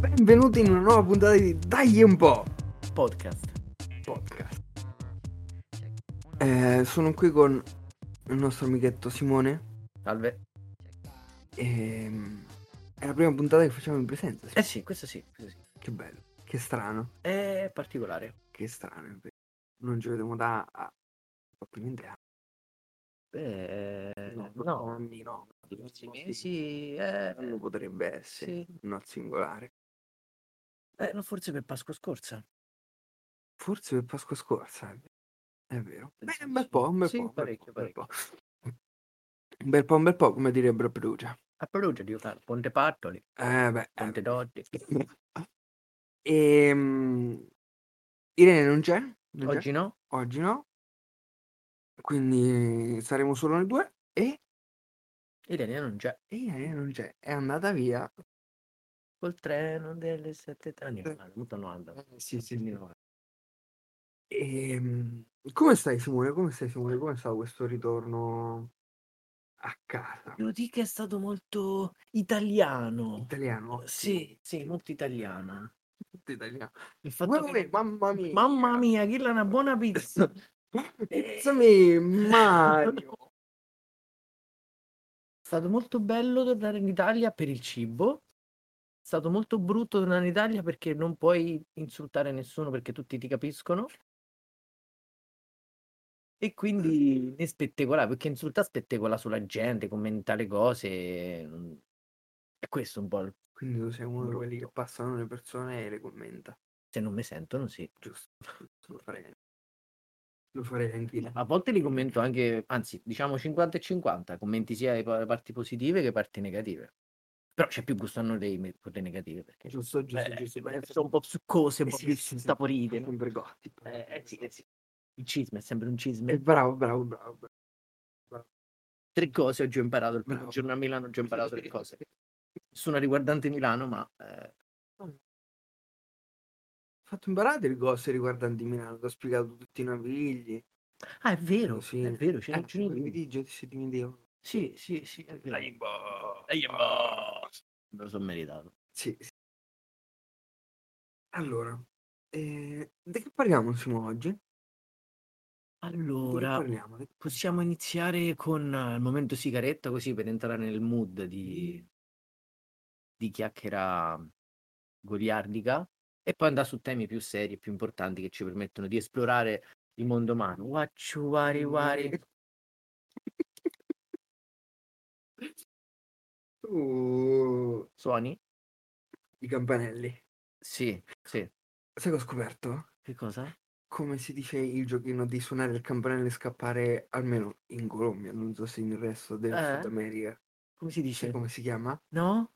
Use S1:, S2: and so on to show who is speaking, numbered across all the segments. S1: benvenuti in una nuova puntata di Dagli un po'
S2: podcast.
S1: podcast. Eh, sono qui con il nostro amichetto Simone.
S2: Salve.
S1: ehm, è la prima puntata che facciamo in presenza.
S2: Eh sì, questo sì, questo sì.
S1: Che bello, che strano,
S2: È particolare.
S1: che strano. è vero. Non ci vediamo da a- probabilmente a
S2: Eh, no,
S1: anni, no.
S2: gli ultimi mesi, eh,
S1: Anno potrebbe essere,
S2: sì.
S1: no al singolare.
S2: Eh, no, forse per Pasqua scorsa.
S1: Forse per Pasqua scorsa, è vero. È vero. Beh,
S2: Penso
S1: un
S2: di
S1: bel
S2: sì.
S1: po', un bel
S2: Sì,
S1: po'. un bel po',
S2: parecchio,
S1: un bel po'. Un bel po', un bel po', come direbbero a Perugia.
S2: A Perugia di Ponte Pattoli,
S1: Eh beh, eh,
S2: Ponte Dotti.
S1: Ehm, Irene non c'è? non c'è?
S2: Oggi no?
S1: Oggi no. Quindi saremo solo noi due. E,
S2: Irene non c'è.
S1: e Irene non c'è. È andata via.
S2: Col treno delle 7.30. Molto 90.
S1: Eh. Sì, sì. Ehm, come stai Simone? Come stai Simone? Come è stato questo ritorno a casa?
S2: Devo dire che è stato molto italiano.
S1: Italiano?
S2: Sì, sì, molto italiano.
S1: Tutto italiano.
S2: Il fatto
S1: Mamma
S2: che-
S1: mia, mamma mia.
S2: Mamma mia, che è una buona pizza.
S1: It's me, Mario.
S2: È stato molto bello tornare in Italia per il cibo. È stato molto brutto tornare in Italia perché non puoi insultare nessuno perché tutti ti capiscono. E quindi ne spettecolare, perché insulta spettecola sulla gente, commentare cose. mm. È questo un po'. il-
S1: Quindi tu sei uno di quelli che passano le persone e le commenta.
S2: Se non mi sentono, sì.
S1: giusto, giusto, lo farei. Lo farei anch'io.
S2: A volte li commento anche, anzi, diciamo 50 e 50, commenti sia le pa- parti positive che parti negative. Però c'è più gusto a noi dei me- quelle negative perché
S1: Giusto, giusto,
S2: eh,
S1: giusto.
S2: eh,
S1: ma-
S2: sono un po' succose, un
S1: Eh
S2: po'
S1: sì,
S2: più
S1: sì, sì.
S2: saporite. no?
S1: Sempre gotti.
S2: Eh, eh sì, eh sì. Il cisma è sempre un cisma.
S1: Eh, bravo, bravo, bravo. bravo.
S2: Tre cose oggi ho imparato. Il primo
S1: Bravo.
S2: giorno a Milano ho già imparato tre cose. Nessuna riguardante Milano, ma eh,
S1: Ho fatto imparare le cose riguardanti Milano, ti ho spiegato tutti i navigli.
S2: ah, è vero,
S1: Sì.
S2: è vero, c'è
S1: Eh,
S2: un giorno
S1: mi
S2: di-
S1: dice se ti vedevo.
S2: Sì, sì, sì, è vero.
S1: Dai, boh.
S2: Dai, boh. Me lo sono meritato.
S1: Sì, sì. Allora, eh, di che parliamo Simo oggi? Di che
S2: Allora,
S1: parliamo? Di-
S2: possiamo iniziare con eh, il momento sigaretta così per entrare nel mood di, di chiacchiera goliardica e poi andare su temi più seri e più importanti che ci permettono di esplorare il mondo umano. Wacciu, wari, wari.
S1: Uh,
S2: Suoni?
S1: I campanelli.
S2: Sì, sì.
S1: Sai che ho scoperto?
S2: Che cosa?
S1: Come si dice il giochino di suonare il campanello e scappare almeno in Colombia, non so se nel resto del
S2: Eh?
S1: Sud America.
S2: Come si
S1: Sai
S2: dice?
S1: come si chiama?
S2: No?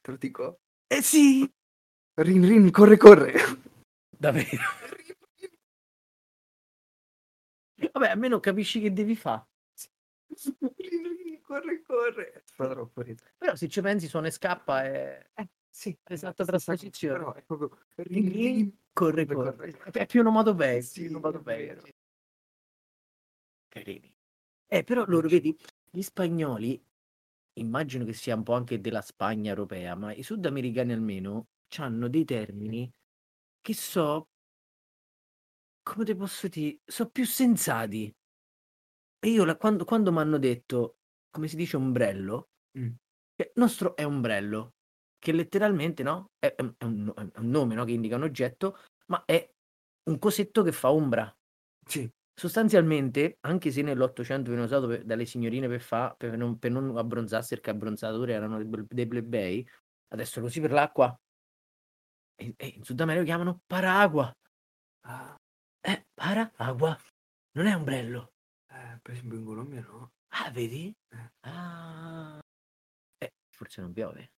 S1: Te lo dico.
S2: Eh sì!
S1: Rin rin, corre corre.
S2: Davvero. Vabbè, almeno capisci che devi fare.
S1: rin rin, corre corre. Fa troppo ridere.
S2: Però se ci pensi suona e scappa e...
S1: Eh, sì, è
S2: Esatta
S1: la stessa cosa,
S2: trasposizione.
S1: Però è proprio rin rin.
S2: Corre,
S1: Corre,
S2: corre.
S1: corre.
S2: È più onomatopea.
S1: Sì, è
S2: più onomatopea.
S1: vero.
S2: Carini. Eh, però loro,
S1: Dici.
S2: vedi, gli spagnoli, immagino che sia un po' anche della Spagna europea, ma i sudamericani almeno hanno dei termini che so, come te posso dire, so più sensati. E io la- quando, quando mi hanno detto, come si dice, ombrello,
S1: Mm.
S2: cioè, il nostro è ombrello, che letteralmente no? è, è un, è un- è un nome no? che indica un oggetto, ma è un cosetto che fa ombra
S1: Sì,
S2: sostanzialmente, anche se nell'Ottocento viene usato per- dalle signorine per, fa- per, non, per non abbronzarsi, perché abbronzature erano dei ble- dei plebei, adesso lo usi per l'acqua. E, e in Sud America lo chiamano paraagua.
S1: Ah,
S2: Eh, paraagua. Non è ombrello.
S1: eh, per esempio in Colombia no.
S2: Ah, vedi?
S1: Eh.
S2: Ah. Eh, forse non piove.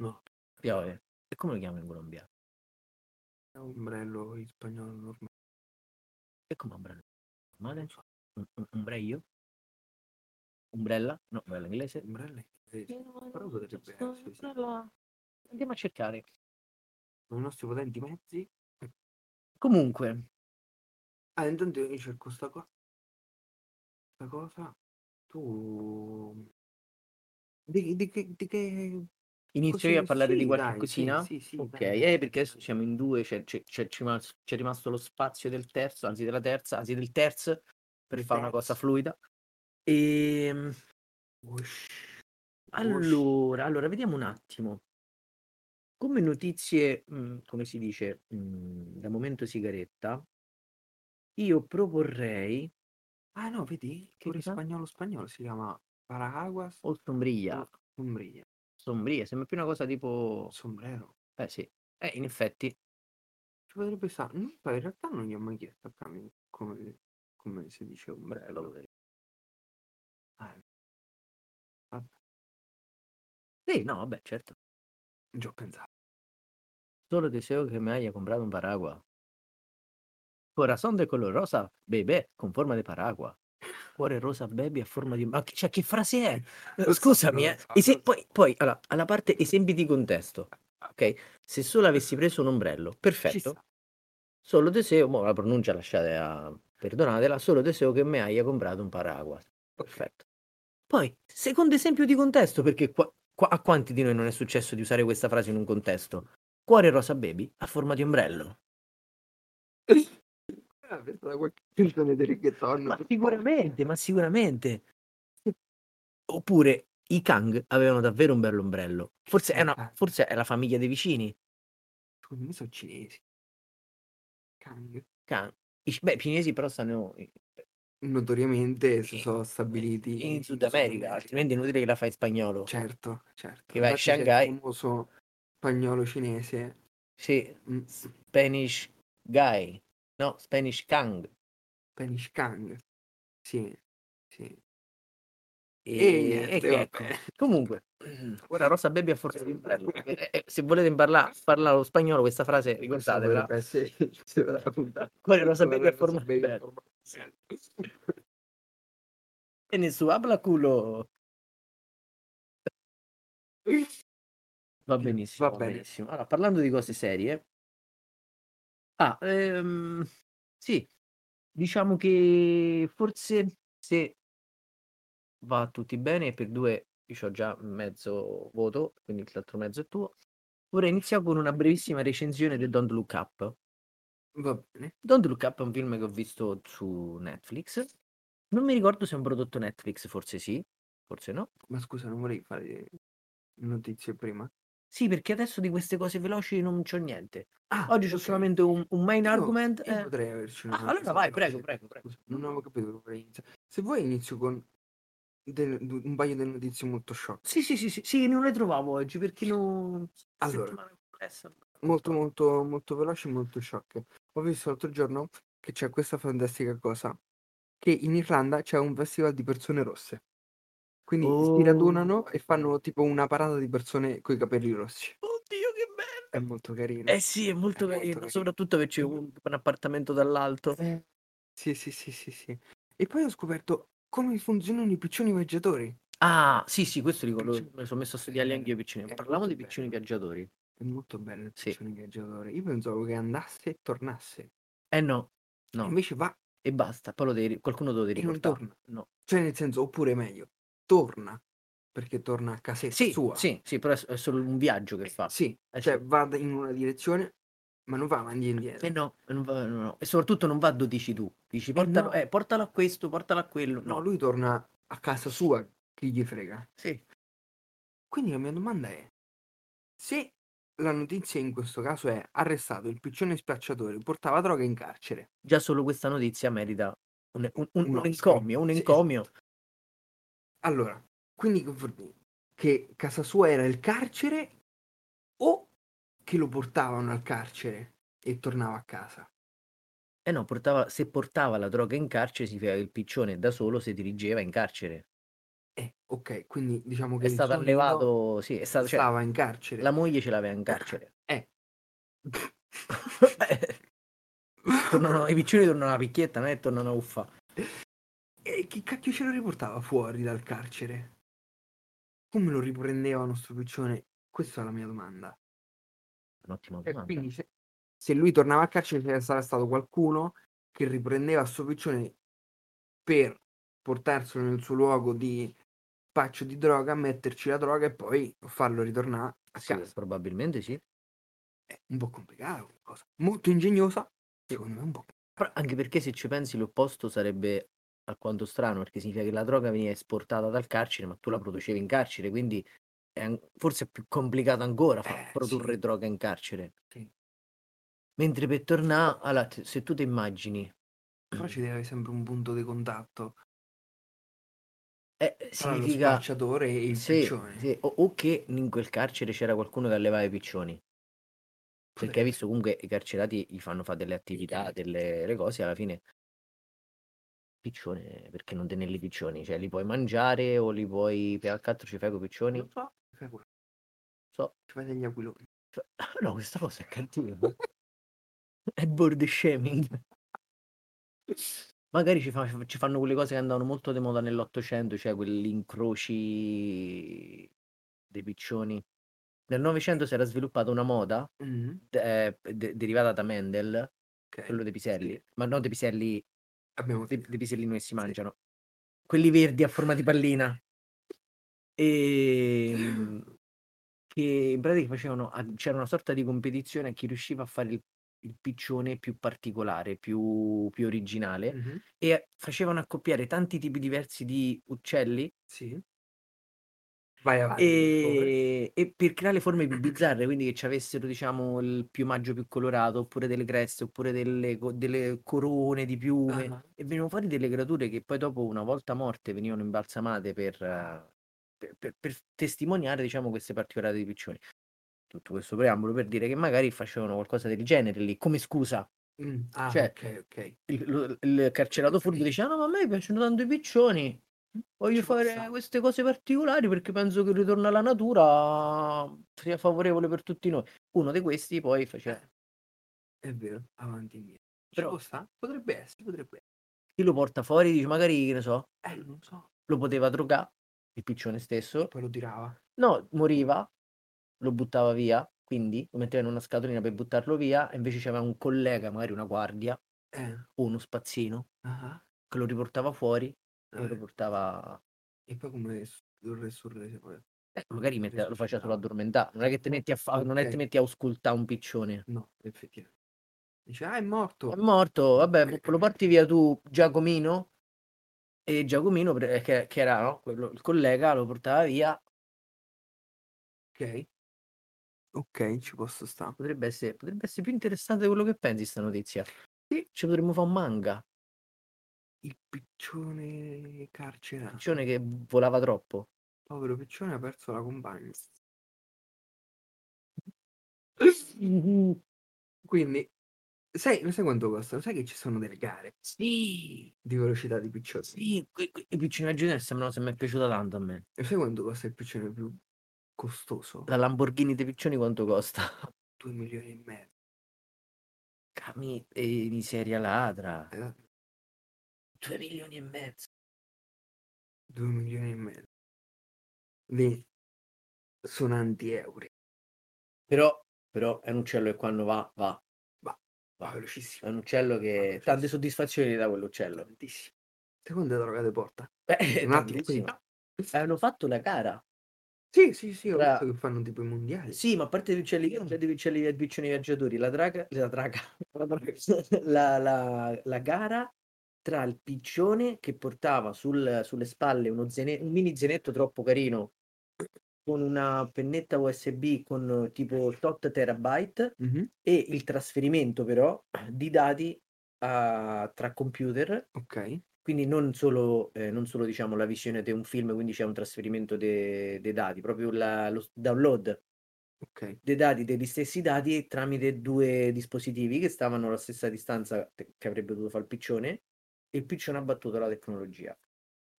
S1: No.
S2: Piove. E come lo chiamano in Colombia?
S1: È un ombrello in spagnolo normale.
S2: E come ombrello? Normale? Un, un, ombrello? Ombrella? No, ombrella inglese.
S1: Ombrello è Però
S2: Però
S1: potrebbe essere, sì.
S2: Andiamo a cercare.
S1: con i nostri potenti mezzi.
S2: Comunque,
S1: Ah, intanto io cerco sta cosa. Sta cosa. Tu. Di, di che, di che
S2: Inizio io a
S1: Così,
S2: parlare di
S1: sì,
S2: qualche
S1: dai, sì,
S2: cosina?
S1: sì, sì,
S2: ok,
S1: dai.
S2: eh, perché adesso siamo in due, c'è, c'è- c'è- c'è rimas- c'è rimasto lo spazio del terzo, anzi della terza, anzi del terzo, per
S1: Del
S2: fare una cosa
S1: terzo.
S2: fluida. Ehm, E
S1: Ush.
S2: allora, allora, vediamo un attimo. Come notizie, mm, come si dice, mm, da momento sigaretta, io proporrei
S1: Ah no, vedi? Che
S2: cosa?
S1: spagnolo spagnolo si chiama Paraguas
S2: o sombriglia,
S1: Umbria.
S2: sombriglia, sembra più una cosa tipo...
S1: Sombrero.
S2: Eh sì, eh, in effetti,
S1: Ci potrebbe stare. No, poi in realtà non gli ho mai chiesto a Camille come, come si dice ombrello. Eh,
S2: Sì, no, vabbè, certo.
S1: Già ho pensato.
S2: Solo deseo que me haya comprado un paraguas. Corazón de color rosa, bebé, con forma de paraguas. Cuore rosa, baby, a forma di... Ma che, cioè, che frase è? Eh, Scusami,
S1: Non
S2: eh.
S1: lo so,
S2: Ese-
S1: non lo so.
S2: poi, poi, allora, alla parte esempi di contesto. Ok? Se solo avessi preso un ombrello,
S1: Ci
S2: perfetto.
S1: sta.
S2: Solo deseo, mo la pronuncia lasciate a... perdonatela, solo deseo che me haya comprato un paraguas. Perfetto. Poi, secondo esempio di contesto, perché qua- qua- a quanti di noi non è successo di usare questa frase in un contesto? Cuore rosa baby a forma di ombrello.
S1: Ah, penso da qualche canzone di reggaeton.
S2: Ma sicuramente, ma sicuramente. Oppure i Kang avevano davvero un bello ombrello. Forse è, una- forse è la famiglia dei vicini.
S1: Secondo me sono cinesi. Kang.
S2: Kang. I- Beh, i cinesi però stanno in,
S1: Notoriamente si
S2: Sì.
S1: sono stabiliti
S2: in Sud America, Cioè altrimenti è inutile che la fai in spagnolo.
S1: Certo, certo.
S2: Che vai a
S1: Infatti c'è il
S2: Shanghai.
S1: famoso spagnolo cinese.
S2: Sì,
S1: mm,
S2: Spanish guy. No, Spanish Kang.
S1: Spanish Kang. Sì, sì.
S2: E,
S1: E niente,
S2: e che
S1: vabbè.
S2: ecco. Comunque, ora Rosa Baby a forza di ombrello. Eh, eh, Se volete imparare parlare lo spagnolo, questa frase ricordatela.
S1: Potrebbe essere- potrebbe essere la puntata.
S2: Cuore rosa baby a
S1: Potrebbe
S2: forma
S1: essere
S2: di
S1: bella
S2: ombrello.
S1: forma-
S2: E nessuno habla culo. Va benissimo,
S1: Mm, Va
S2: va
S1: bene.
S2: benissimo. Allora, parlando di cose serie, ah, ehm, sì, diciamo che forse se va tutti bene, per due io ho già mezzo voto, quindi l'altro mezzo è tuo. Vorrei iniziare con una brevissima recensione del Don't Look Up.
S1: Va bene.
S2: Don't Look Up è un film che ho visto su Netflix. Non mi ricordo se è un prodotto Netflix, forse sì, forse no.
S1: Ma scusa, non volevi fare notizie prima?
S2: Sì, perché adesso di queste cose veloci non c'ho niente.
S1: Ah,
S2: Oggi c'ho
S1: ok.
S2: solamente un, un main
S1: Io-
S2: argument.
S1: io
S2: eh.
S1: potrei averci una
S2: Ah, allora
S1: cosa
S2: vai,
S1: veloce.
S2: prego, prego, prego.
S1: Scusa, non avevo capito dove vorrei iniziare. Se vuoi inizio con del- du- un paio di notizie molto shock.
S2: Sì, sì, sì, sì, sì, non le trovavo oggi perché non...
S1: Allora.
S2: settimana complessa. Esatto.
S1: Molto, molto, molto veloce e molto shock. Ho visto l'altro giorno che c'è questa fantastica cosa, che in Irlanda c'è un festival di persone rosse. Quindi si
S2: Oh.
S1: radunano e fanno tipo una parata di persone coi capelli rossi.
S2: Oddio, che bello!
S1: È molto carino.
S2: Eh sì, è molto
S1: È molto
S2: carino, Mm.
S1: carino.
S2: soprattutto che c'è un, un appartamento dall'alto.
S1: Eh, Sì, sì, sì, sì, sì. E poi ho scoperto come funzionano i piccioni viaggiatori.
S2: Ah, sì, sì, questo ricordo,
S1: Piccioni.
S2: me lo sono messo a studiarli anche io piccini.
S1: È
S2: Parlavamo
S1: molto
S2: di piccini viaggiatori.
S1: È molto bello il
S2: Sì.
S1: piccione viaggiatore. Io pensavo che andasse e tornasse.
S2: Eh no, no,
S1: Invece va
S2: e basta, poi lo devi, qualcuno lo deve
S1: e non
S2: ricordare.
S1: torna.
S2: No.
S1: Cioè, nel senso, oppure meglio, torna perché torna a casetta
S2: Sì,
S1: sua.
S2: sì, sì, però è s- è solo un viaggio che fa.
S1: Sì,
S2: Eh
S1: cioè
S2: sì.
S1: va da- in una direzione, ma non va avanti e indietro.
S2: E no, non va- no, no. E soprattutto non va, dici tu. Dici portalo,
S1: no.
S2: eh, portalo a questo, portalo a quello. No,
S1: No, lui torna a casa sua, chi gli frega.
S2: sì.
S1: Quindi la mia domanda è: se la notizia in questo caso è arrestato il piccione spacciatore, portava droga in carcere.
S2: Già solo questa notizia merita un, un, un-
S1: Un
S2: un
S1: Oscar.
S2: encomio, un
S1: Sì,
S2: encomio.
S1: Allora, quindi che vuol dire? che casa sua era il carcere o che lo portavano al carcere e tornava a casa?
S2: Eh no, portava, se portava la droga in carcere significa che il piccione da solo si dirigeva in carcere.
S1: Eh, ok, quindi diciamo che
S2: È
S1: il
S2: stato
S1: suo nino
S2: allevato, sì, è stato, cioè,
S1: stava in carcere.
S2: la moglie ce l'aveva in carcere.
S1: Eh.
S2: Tornano- I piccioni tornano alla picchietta, non è che tornano a uffa.
S1: E chi cacchio ce lo riportava fuori dal carcere? Come lo riprendevano sto piccione? Questa è la mia domanda.
S2: Un'ottima
S1: E
S2: domanda.
S1: quindi se, se lui tornava a carcere c'era sarà stato qualcuno che riprendeva sto piccione per portarselo nel suo luogo di spaccio di droga, metterci la droga e poi farlo ritornare a
S2: Sì, eh,
S1: casa.
S2: probabilmente sì.
S1: È un po' complicata come cosa. Molto ingegnosa, secondo me un po'.
S2: Però anche perché se ci pensi l'opposto sarebbe alquanto strano, perché significa che la droga veniva esportata dal carcere, ma tu la producevi in carcere, quindi è an- forse è più complicato ancora far
S1: Eh, sì.
S2: produrre droga in carcere.
S1: Sì.
S2: Mentre per tornare, allora, t- se tu ti immagini,
S1: Però ci deve avere sempre un punto di contatto
S2: eh,
S1: tra lo
S2: significa
S1: spacciatore e il
S2: se-
S1: piccione.
S2: se- o, o che in quel carcere c'era qualcuno che allevava i piccioni, perché hai visto comunque i carcerati gli fanno fare delle attività, delle le cose, alla fine piccione, perché non tenerli i piccioni? Cioè, li puoi mangiare o li puoi per al cazzo ci fai con i piccioni?
S1: Non so, fai quello.
S2: So.
S1: Ci fai degli aquiloni.
S2: Cioè, No, questa cosa è cattiva. è board shaming. Magari ci, fa- ci fanno quelle cose che andavano molto di moda nell'Ottocento, cioè quegli incroci dei piccioni. Nel Novecento si era sviluppata una moda
S1: Mhm,
S2: eh, de- derivata da Mendel,
S1: ok.
S2: quello dei piselli,
S1: Sì.
S2: ma non dei piselli,
S1: Abbiamo
S2: dei, dei pisellini che si
S1: Sì.
S2: mangiano, quelli verdi a forma di pallina. e mm, che in pratica facevano a- c'era una sorta di competizione a chi riusciva a fare il, il piccione più particolare, più, più originale
S1: Mhm,
S2: e facevano accoppiare tanti tipi diversi di uccelli
S1: Sì. Vai avanti. per favore.
S2: e, Ehm, e per creare forme più bizzarre, quindi che ci avessero diciamo il piumaggio più colorato oppure delle creste oppure delle, co- delle corone di piume
S1: Ah,
S2: e venivano fuori delle creature che poi dopo una volta morte venivano imbalsamate per, eh, per- per- per testimoniare diciamo queste particolari di piccioni tutto questo preambolo per dire che magari facevano qualcosa del genere lì come scusa
S1: mm, ah,
S2: Cioè,
S1: ok, ok.
S2: il, lo- il carcerato furbo diceva no ma a me piacciono tanto i piccioni voglio
S1: Ci può
S2: fare
S1: stare."
S2: queste cose particolari perché penso che il ritorno alla natura sia favorevole per tutti noi uno di questi poi faceva
S1: È vero, avanti e indietro. Ci
S2: Però-
S1: Eh, può sta? Potrebbe essere, potrebbe
S2: chi lo porta fuori dice magari che ne so
S1: essere. Eh, non so.
S2: lo poteva drogare il piccione stesso
S1: Poi lo tirava.
S2: No, moriva, lo buttava via, quindi lo metteva in una scatolina per buttarlo via, e invece c'aveva un collega, magari una guardia
S1: Eh,
S2: o uno spazzino,
S1: ah,
S2: che lo riportava fuori e lo
S1: eh.
S2: portava...
S1: E poi come s- lo resurrese poi?
S2: eh, magari mette- lo faceva solo
S1: Resuscitava.
S2: addormentare, non è che ti metti a, fa- non è che
S1: Ok.
S2: ti metti a auscultare un piccione.
S1: No, effettivamente. Dice, ah, è morto.
S2: È morto, vabbè, lo porti via tu, Giacomino, e Giacomino, pre- che, che era no, quello- il collega, lo portava via,
S1: Ok. Ok, ci posso stare.
S2: potrebbe essere, potrebbe essere più interessante di quello che pensi sta notizia. Sì, ci potremmo fare un manga,
S1: Il piccione carcerato.
S2: piccione che volava troppo.
S1: Povero piccione ha perso la compagna. Quindi, sai, lo sai quanto costa? Lo sai che ci sono delle gare
S2: Sì,
S1: di velocità di piccioni?
S2: sì, que- que- i piccini a genere sembrano se mi è piaciuta tanto a me.
S1: Lo sai quanto costa il piccione più costoso?
S2: La Lamborghini dei piccioni quanto costa?
S1: 2 milioni e mezzo.
S2: Cami e miseria ladra.
S1: Eh,
S2: Due milioni e mezzo.
S1: 2 milioni e mezzo. Di sonanti euro.
S2: Però, però è un uccello che quando va, va.
S1: Va
S2: È
S1: velocissimo.
S2: un uccello che tante soddisfazioni gli dà quell'uccello.
S1: Tantissimo. Seconda droga di porta.
S2: Eh,
S1: Un attimo,
S2: tantissimo.
S1: quindi-
S2: Hanno fatto la gara.
S1: Sì, sì, sì, ho
S2: Tra-
S1: visto che fanno tipo i mondiali.
S2: Sì, ma a parte gli uccelli, io non vedo gli uccelli e piccioni viaggiatori, la draga, la draga, la, draga- la- la- la gara tra il piccione che portava sul- sulle spalle uno zene- un mini zenetto troppo carino con una pennetta USB con eh, tipo 8 terabyte
S1: Mhm,
S2: e il trasferimento però di dati a- tra computer
S1: Ok.
S2: quindi non solo, eh, non solo diciamo, la visione di un film, quindi c'è un trasferimento de- dei dati, proprio la- lo download
S1: Ok.
S2: dei dati, degli stessi dati tramite due dispositivi che stavano alla stessa distanza te- che avrebbe dovuto fare il piccione. e Il piccione ha battuto la tecnologia,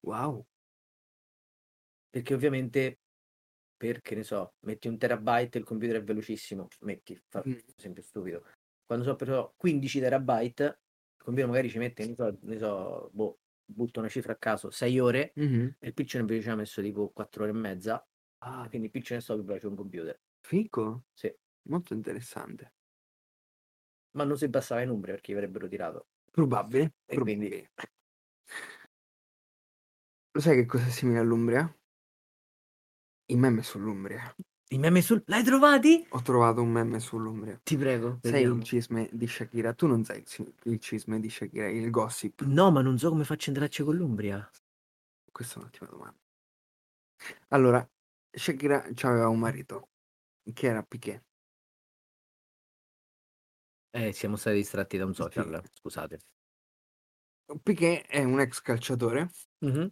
S1: Wow.
S2: perché ovviamente, perché ne so, metti un terabyte, il computer è velocissimo, metti, fa
S1: Mm.
S2: un esempio stupido. Quando so però 15 terabyte, il computer magari ci mette, ne so, ne so, boh, butto una cifra a caso, 6 ore.
S1: Mhm.
S2: E il piccione invece ci ha messo tipo 4 ore e mezza.
S1: Ah,
S2: Quindi il piccione è stato più veloce che un computer.
S1: fico.
S2: Sì.
S1: Molto interessante.
S2: Ma non si bastava i numeri perché gli avrebbero tirato.
S1: Probabile.
S2: E
S1: probabile.
S2: quindi
S1: Lo sai che cosa è simile all'Umbria? I meme sull'Umbria.
S2: I meme sul... L'hai trovati?
S1: Ho trovato un meme sull'Umbria.
S2: Ti prego.
S1: Sei
S2: vediamo.
S1: il cisme di Shakira. Tu non sei il ci- il cisme di Shakira, il gossip.
S2: No, ma non so come faccio a entrarci con l'Umbria.
S1: Questa è un'ottima domanda. Allora, Shakira aveva un marito che era Piquet.
S2: Eh, siamo stati distratti da un social, scusate.
S1: Piquet è un ex calciatore
S2: Mhm.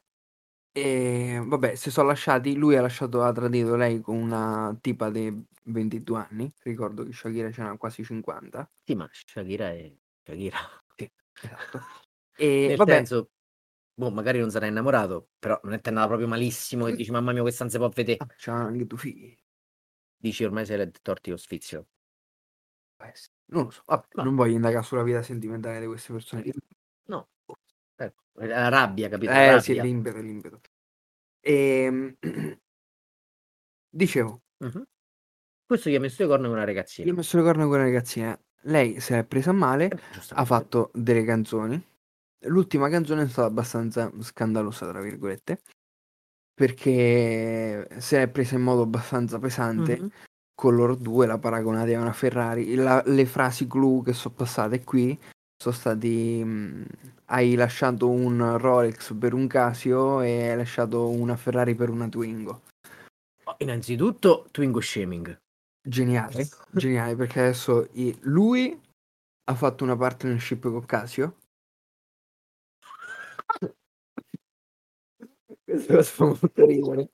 S1: e vabbè, si sono lasciati, lui ha lasciato, ha tradito lei con una tipa di 22 anni, ricordo che Shakira ce n'ha quasi 50.
S2: Sì, ma Shakira è Shakira.
S1: Esatto. E
S2: Nel
S1: vabbè,
S2: senso, boh, magari non sarà innamorato, però non è andata proprio malissimo che dici, mamma mia, questa non si può vedere.
S1: ah, c'ha anche due figli.
S2: Dici, ormai sei l'ha torti lo sfizio.
S1: Eh sì, Non lo so, vabbè,
S2: Ma-
S1: non voglio indagare sulla vita sentimentale di queste persone.
S2: No. Ecco, La rabbia, capito? La
S1: Eh sì,
S2: rabbia.
S1: l'impeto, l'impeto. Ehm, Dicevo,
S2: Mhm. Questo gli ha messo le corna con una ragazzina.
S1: io ho messo le corna con una ragazzina. Lei si è presa male,
S2: Eh, giustamente.
S1: ha fatto delle canzoni. L'ultima canzone è stata abbastanza scandalosa, tra virgolette, perché si è presa in modo abbastanza pesante.
S2: Mhm.
S1: Con loro due la paragonate a una Ferrari. La- le frasi glue che sono passate qui sono stati mh, hai lasciato un Rolex per un Casio e hai lasciato una Ferrari per una Twingo.
S2: Oh, Innanzitutto, Twingo Shaming.
S1: Geniale, geniale, perché adesso i- lui ha fatto una partnership con Casio. Questo fa molto ridere.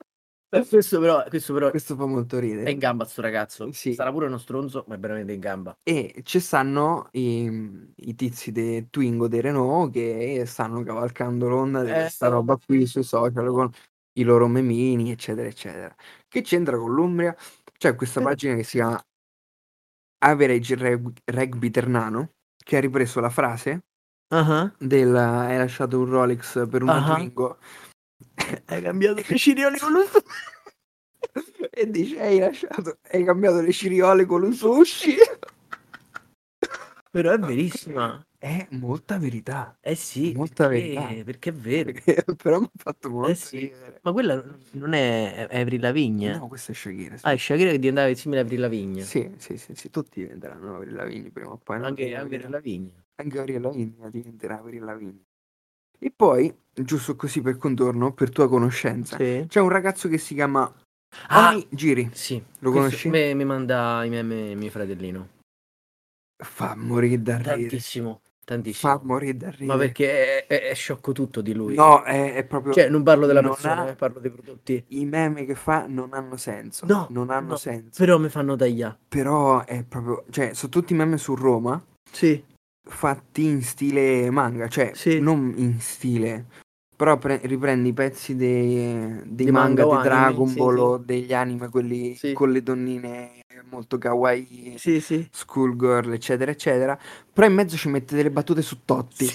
S2: Eh, Questo però, questo però
S1: Questo fa molto
S2: è in
S1: ridere.
S2: gamba sto ragazzo.
S1: Sì.
S2: Sarà pure uno stronzo, ma è veramente in gamba.
S1: E ci stanno i, i tizi dei Twingo dei Renault che stanno cavalcando l'onda di
S2: Eh,
S1: questa roba qui sui social con i loro memini, eccetera, eccetera. Che c'entra con l'Umbria? C'è questa
S2: Però-
S1: pagina che si chiama Average Reg- Rugby Ternano che ha ripreso la frase del hai lasciato un Rolex per una
S2: Ah.
S1: Twingo Eh, hai cambiato le ciriole con un sushi e dice hai lasciato hai cambiato le ciriole con un sushi
S2: Però è verissima.
S1: è molta verità
S2: Eh sì,
S1: Molta
S2: perché-
S1: verità.
S2: perché è vero.
S1: però mi ha fatto molto
S2: Eh sì.
S1: ridere
S2: Ma quella non è è Avril Lavigne?
S1: no questa è Shakira sì.
S2: Ah, è Shakira che diventava simile a Avril Lavigne.
S1: Sì, sì, sì, sì, tutti diventeranno Avril Lavigne prima o poi no?
S2: Anche Avril Lavigne.
S1: anche Avril Lavigne diventerà Avril Lavigne e poi giusto così per contorno per tua conoscenza
S2: Sì.
S1: c'è un ragazzo che si chiama
S2: Ah,
S1: Oni Giri
S2: sì.
S1: Lo conosci?
S2: Me, mi manda i meme mio fratellino.
S1: Fa morire da ridere.
S2: Tantissimo,
S1: Fa
S2: tantissimo.
S1: morire da ridere.
S2: Ma perché è, è- è sciocco tutto di lui.
S1: No, è, è proprio...
S2: Cioè, non parlo della
S1: non
S2: persona,
S1: ha-
S2: eh, parlo dei prodotti.
S1: I meme che fa non hanno senso.
S2: No,
S1: Non hanno
S2: no.
S1: senso.
S2: Però mi fanno tagliare.
S1: Però è proprio... Cioè, sono tutti meme su Roma,
S2: Sì.
S1: fatti in stile manga. Cioè,
S2: Sì.
S1: non in stile... Però pre- riprendi i pezzi dei, dei
S2: Di
S1: manga,
S2: manga o
S1: di
S2: anime,
S1: Dragon
S2: sì,
S1: Ball
S2: sì.
S1: o degli anime, quelli
S2: Sì.
S1: con le donnine molto kawaii,
S2: Sì, sì.
S1: schoolgirl, eccetera, eccetera. Però in mezzo ci mette delle battute su Totti.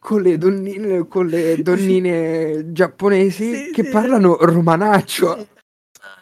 S1: con le donnine, con le donnine giapponesi
S2: Sì,
S1: che
S2: sì,
S1: parlano romanaccio.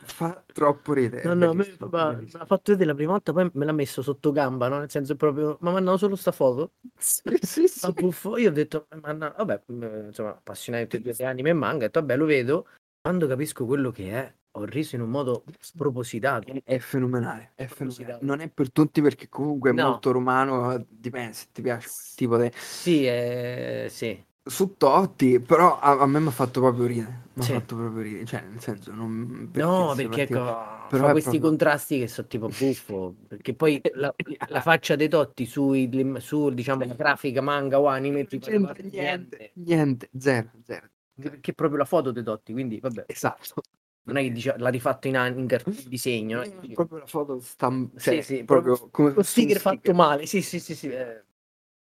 S2: Sì.
S1: Fa troppo ridere.
S2: No, no, me-
S1: bellissimo,
S2: ma- me
S1: bellissimo.
S2: l'ha fatto vedere la prima volta, poi me l'ha messo sotto gamba, no? Nel senso proprio, ma mandano solo sta foto.
S1: Sì, sì, sì.
S2: a buffo. Io ho detto, ma no, vabbè, mh, insomma, appassionato di tutti e due di anime e manga, ho detto, vabbè, lo vedo. Quando capisco quello che è, ho riso in un modo spropositato.
S1: È- È fenomenale, è
S2: Proprio si
S1: fenomenale.
S2: dà-
S1: Non è per tutti perché comunque è
S2: No.
S1: molto romano, dipende se ti piace quel tipo di...
S2: Sì, eh, sì.
S1: Su Totti, però a, a me mi ha fatto proprio ridere. Mi ha
S2: Sì.
S1: fatto proprio ridere, cioè nel senso non...
S2: No,
S1: sia
S2: perché
S1: particolare.
S2: ecco,
S1: però
S2: fa
S1: è
S2: questi
S1: proprio-
S2: contrasti che sono tipo buffo, perché poi la, la faccia dei Totti sui, su, diciamo, la grafica manga o anime,
S1: Non
S2: tipo,
S1: c'entra
S2: guarda,
S1: niente, niente, zero, zero.
S2: niente. Perché è proprio la foto dei Totti, quindi vabbè,
S1: Esatto.
S2: non è che dice, l'ha rifatto in, an- in cart- in disegno, no? Dici,
S1: proprio la foto stamp-
S2: Sì,
S1: cioè,
S2: sì,
S1: proprio, come
S2: lo
S1: fosse un
S2: sticker fatto male, sì, sì, sì, sì. eh.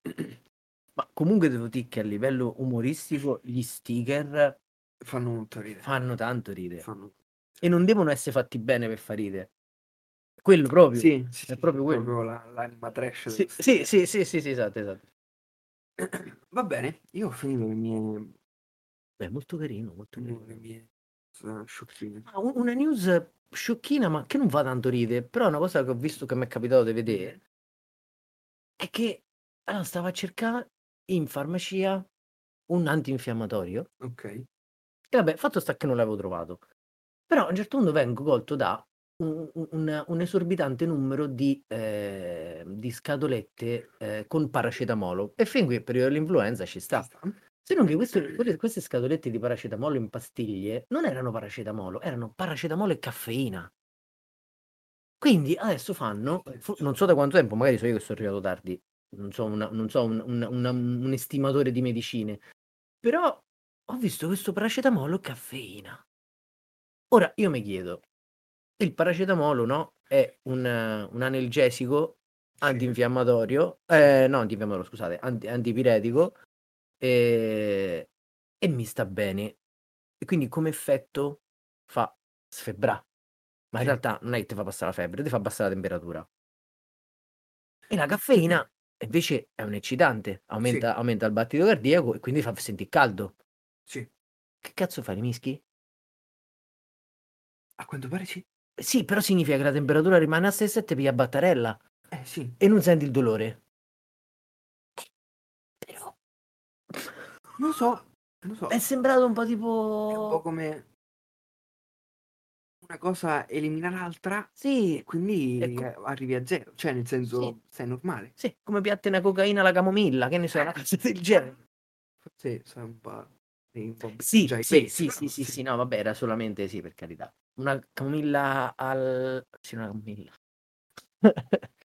S2: Ma comunque devo dire che a livello umoristico gli sticker
S1: fanno molto ridere
S2: fanno tanto ridere
S1: fanno...
S2: e non devono essere fatti bene per far ridere. Quello proprio.
S1: sì, sì, sì,
S2: proprio quello.
S1: la- l'anima trash
S2: Sì,
S1: del-
S2: sì, sì, sì, sì, sì, esatto, esatto.
S1: va bene io ho finito le mie,
S2: Beh, molto carino, molto carino.
S1: le mie eh, sciocchine
S2: Ah, un- una news sciocchina, ma che non va tanto ridere, però è una cosa che ho visto che mi è capitato di vedere è che allora, stavo a cercare in farmacia un antinfiammatorio
S1: ok
S2: E vabbè, fatto sta che non l'avevo trovato. Però a un certo punto vengo colto da un, un- un esorbitante numero di, eh, di scatolette eh, con paracetamolo. E fin qui il periodo dell'influenza ci sta. Se non che questo- quelle- queste scatolette di paracetamolo in pastiglie non erano paracetamolo, erano paracetamolo e caffeina. Quindi adesso fanno, fu- non so da quanto tempo, magari so io che sono arrivato tardi, non so, una- non so un, un- una- un estimatore di medicine, però ho visto questo paracetamolo e caffeina. Ora io mi chiedo, il paracetamolo no, è un, eh, un analgesico antinfiammatorio, eh, no antinfiammatorio scusate, anti- antipiretico e, Ehm, e mi sta bene. E quindi come effetto fa sfebbrà. Ma in
S1: Sì.
S2: realtà non è che ti fa passare la febbre, ti fa abbassare la temperatura. E la caffeina invece è un eccitante, aumenta, aumenta il battito cardiaco e quindi fa sentire caldo.
S1: Sì.
S2: Che cazzo fai, li mischi?
S1: A quanto pare sì.
S2: Eh, Sì, però significa che la temperatura rimane a 6,7 per la battarella.
S1: Eh sì.
S2: e non senti il dolore. Però
S1: Non so. Non so.
S2: è sembrato un po'
S1: È un po'
S2: tipo.
S1: come una cosa elimina l'altra
S2: Sì,
S1: e quindi
S2: Ecco.
S1: eh, arrivi a zero. Cioè, nel senso, sei normale.
S2: sì, come piatte una cocaina alla camomilla, che ne so, una cosa del genere.
S1: Sì, sei un po'. sei un po'
S2: Sì,
S1: già
S2: sì,
S1: questo,
S2: sì,
S1: però
S2: sì, sì, sì, no, vabbè, era solamente sì, per carità. Una camomilla al. Sì, una camomilla.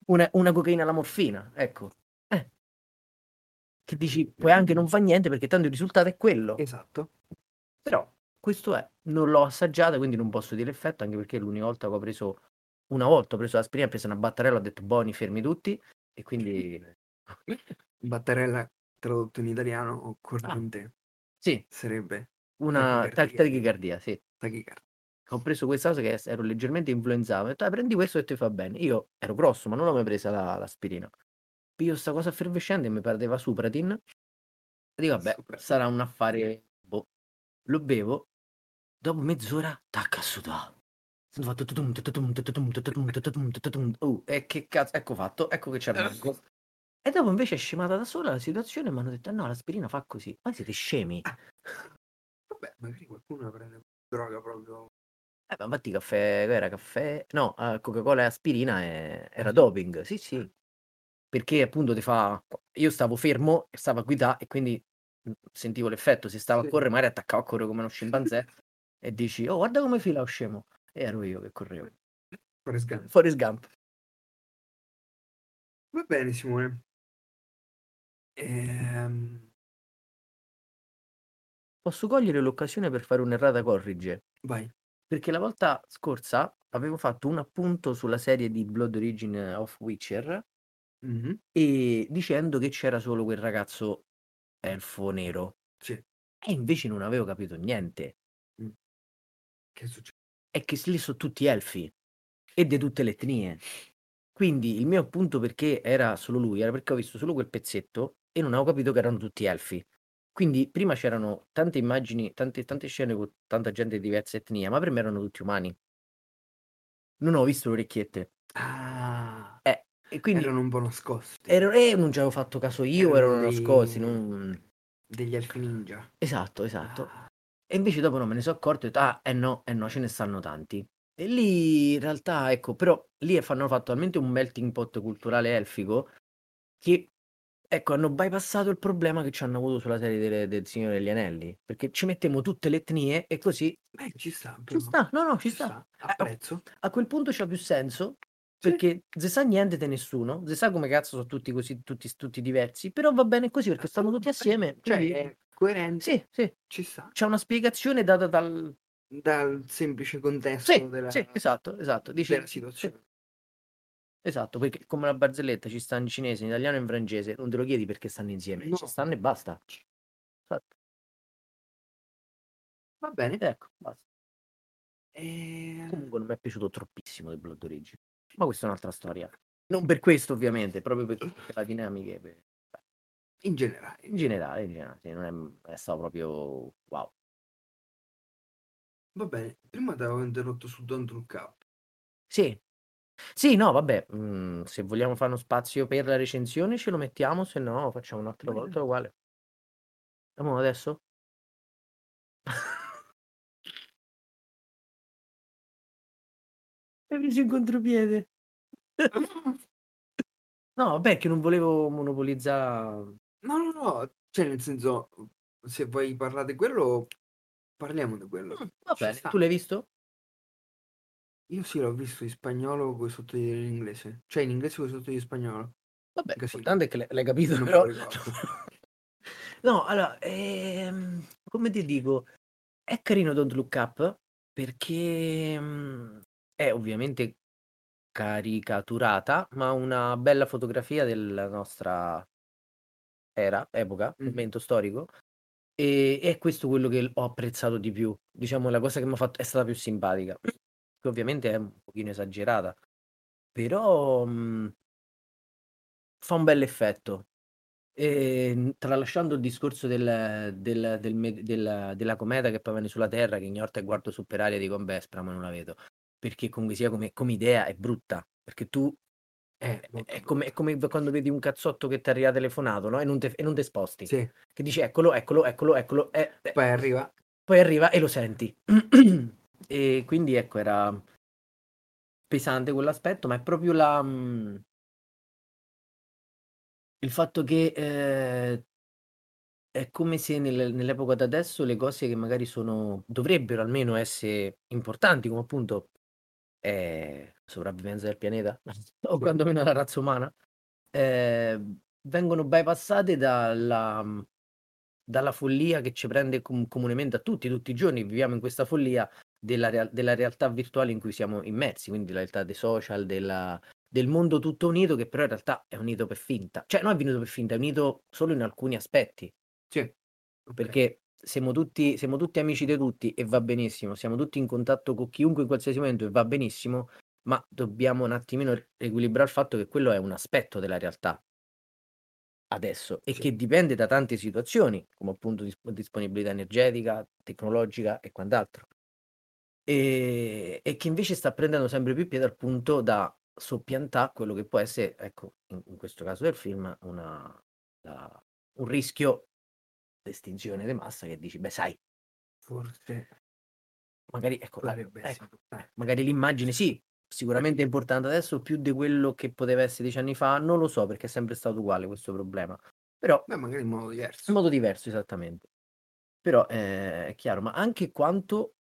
S2: una, una cocaina alla morfina, ecco. Eh. Che dici, puoi anche non fa niente perché tanto il risultato è quello.
S1: Esatto.
S2: Però questo è, non l'ho assaggiata, quindi non posso dire l'effetto, anche perché l'unica volta che ho preso, una volta ho preso l'aspirina, ho preso una battarella, ho detto buoni, fermi tutti, e quindi
S1: Batterella tradotto in italiano o corrente
S2: sì,
S1: sarebbe
S2: una tac-
S1: Tachicardia.
S2: tachicardia, sì.
S1: tachicardia.
S2: Ho preso questa cosa che ero leggermente influenzato, ho detto "Ah, prendi questo e ti fa bene. Io ero grosso, ma non l'ho mai presa la- l'aspirina. Io sta cosa effervescente e mi perdeva Supratin. E dico, vabbè,
S1: Supra-
S2: sarà un affare, boh. Lo bevo, dopo mezz'ora, tacca sudà. Sono fatto tutum, tutum, tutum, tutum, tutum, tutum. Oh, e che cazzo, ecco fatto, ecco che c'è rimango. E dopo invece è scemata da sola la situazione e mi hanno detto, "Ah, no, l'aspirina fa così. Ma siete scemi?
S1: Vabbè, magari qualcuno la prende come droga proprio.
S2: Eh, ma infatti caffè, era caffè, no, eh, Coca-Cola e aspirina è- era doping, sì sì, perché appunto ti fa, io stavo fermo, e stavo a guidare e quindi mm, sentivo l'effetto, se stavo
S1: Sì.
S2: a correre magari attaccavo a correre come uno scimpanzé e dici, oh guarda come fila lo scemo, e ero io che correvo,
S1: Forrest Gump.
S2: fuori sgampo,
S1: Va bene, Simone. Ehm,
S2: posso cogliere l'occasione per fare un'errata corrige?
S1: vai.
S2: Perché la volta scorsa avevo fatto un appunto sulla serie di Blood Origin of Witcher
S1: Mhm,
S2: e dicendo che c'era solo quel ragazzo elfo nero.
S1: Sì.
S2: E invece non avevo capito niente.
S1: Che succede?
S2: È che lì sono tutti elfi e di tutte le etnie. Quindi il mio appunto perché era solo lui era perché ho visto solo quel pezzetto e non avevo capito che erano tutti elfi. Quindi prima c'erano tante immagini, tante, tante scene con tanta gente di diversa etnia, ma per me erano tutti umani. Non ho visto le orecchiette.
S1: Ah,
S2: Eh, e quindi
S1: erano un po' nascosti.
S2: ero- eh, non ci avevo fatto caso io,
S1: Erano
S2: erano
S1: dei-
S2: nascosti. non-
S1: Degli elfi ninja.
S2: Esatto, esatto.
S1: Ah,
S2: E invece dopo non me ne sono accorto e ho detto, ah, eh no, eh no, ce ne stanno tanti. E lì in realtà, ecco, però lì f- hanno fatto talmente un melting pot culturale elfico che, ecco, hanno bypassato il problema che ci hanno avuto sulla serie delle- del Signore degli Anelli, perché ci mettiamo tutte le etnie e così
S1: Beh, ci sta.
S2: ci
S1: però.
S2: sta, no, no, ci sta. Eh, oh,
S1: Apprezzo.
S2: A quel punto c'ha più senso,
S1: Sì.
S2: perché se sa niente di nessuno, se sa come cazzo sono tutti così, tutti, tutti diversi, però va bene così perché stanno tutti assieme.
S1: Eh, Cioè,
S2: quindi-
S1: è coerente.
S2: sì, sì,
S1: Ci sta.
S2: c'è una spiegazione data dal,
S1: Dal semplice contesto
S2: Sì,
S1: della,
S2: sì, esatto, esatto. Dici,
S1: della
S2: sì,
S1: situazione.
S2: esatto, perché come la barzelletta ci sta in cinese, in italiano e in francese, non te lo chiedi perché stanno insieme,
S1: No.
S2: ci stanno e basta. Esatto,
S1: Va bene.
S2: Ecco, basta.
S1: Ehm,
S2: Eh, Comunque non mi è piaciuto troppissimo The Blood Origin, ma questa è un'altra storia. Non per questo ovviamente, proprio per, per la dinamica e per-
S1: in generale.
S2: in generale, in generale, sì, non è, è stato proprio wow.
S1: Va bene. Prima ti avevo interrotto su Don't Look Up.
S2: Sì. Sì, no, vabbè, mm, se vogliamo fare uno spazio per la recensione ce lo mettiamo, se no facciamo un'altra
S1: Bene.
S2: volta uguale. Andiamo adesso? Hai preso in contropiede. no, vabbè, che non volevo monopolizzare.
S1: No, no, no, cioè nel senso, se vuoi parlare di quello, parliamo di quello.
S2: Mm, Va
S1: Ci
S2: bene,
S1: sta.
S2: Cioè, tu l'hai visto?
S1: Io sì, l'ho visto in spagnolo con i sottotitoli in inglese, cioè in inglese con i sottotitoli in spagnolo.
S2: Vabbè,
S1: Casino.
S2: l'importante è che l'hai- l'hai capito,
S1: Non
S2: però.
S1: me lo ricordo.
S2: no, allora, ehm, come ti dico, è carino Don't Look Up perché mm, è ovviamente caricaturata, ma una bella fotografia della nostra era, epoca,
S1: Mm.
S2: momento storico. E, e è questo quello che ho apprezzato di più. Diciamo, la cosa che mi ha fatto è stata più simpatica, che ovviamente è un pochino esagerata, però mm, fa un bel effetto. E, tralasciando il discorso del, del- del me- della, della cometa che poi venne sulla Terra, che ogni volta che guardo su per aria dico, beh, spero ma non la vedo. Perché comunque sia come, come idea è brutta. Perché tu
S1: Eh,
S2: è,
S1: molto
S2: è come, è come quando vedi un cazzotto che ti arriva telefonato no? e non te- e non ti sposti.
S1: Sì,
S2: Che dici eccolo, eccolo, eccolo, eccolo. eh, eh,
S1: poi arriva.
S2: poi arriva e lo senti. e quindi ecco, era pesante quell'aspetto, ma è proprio la... mm, il fatto che eh, è come se nel- nell'epoca da adesso le cose che magari sono, dovrebbero almeno essere importanti, come appunto eh, sopravvivenza del pianeta, o quantomeno la razza umana, eh, vengono bypassate dalla, mhmm, dalla follia che ci prende com- comunemente a tutti, tutti i giorni viviamo in questa follia della, real- della realtà virtuale in cui siamo immersi, quindi la realtà dei social, della, del mondo tutto unito, che però in realtà è unito per finta, cioè non è unito per finta, è unito solo in alcuni aspetti
S1: Sì. Ok.
S2: perché siamo tutti, siamo tutti amici di tutti e va benissimo, siamo tutti in contatto con chiunque in qualsiasi momento e va benissimo, ma dobbiamo un attimino equilibrare il fatto che quello è un aspetto della realtà adesso e
S1: Sì.
S2: che dipende da tante situazioni, come appunto dis- disponibilità energetica, tecnologica e quant'altro. E, e che invece sta prendendo sempre più piede al punto da soppiantare quello che può essere, ecco, in, in questo caso del film, una- la- un rischio di estinzione di massa che dici, beh, sai,
S1: Forse
S2: magari, ecco, la-
S1: potrebbe
S2: ecco,
S1: essere. Eh,
S2: magari l'immagine sì, sicuramente è importante adesso più di quello che poteva essere dieci anni fa, non lo so perché è sempre stato uguale questo problema, però
S1: Beh, magari in modo diverso.
S2: in modo diverso esattamente. Però eh, è chiaro, ma anche quanto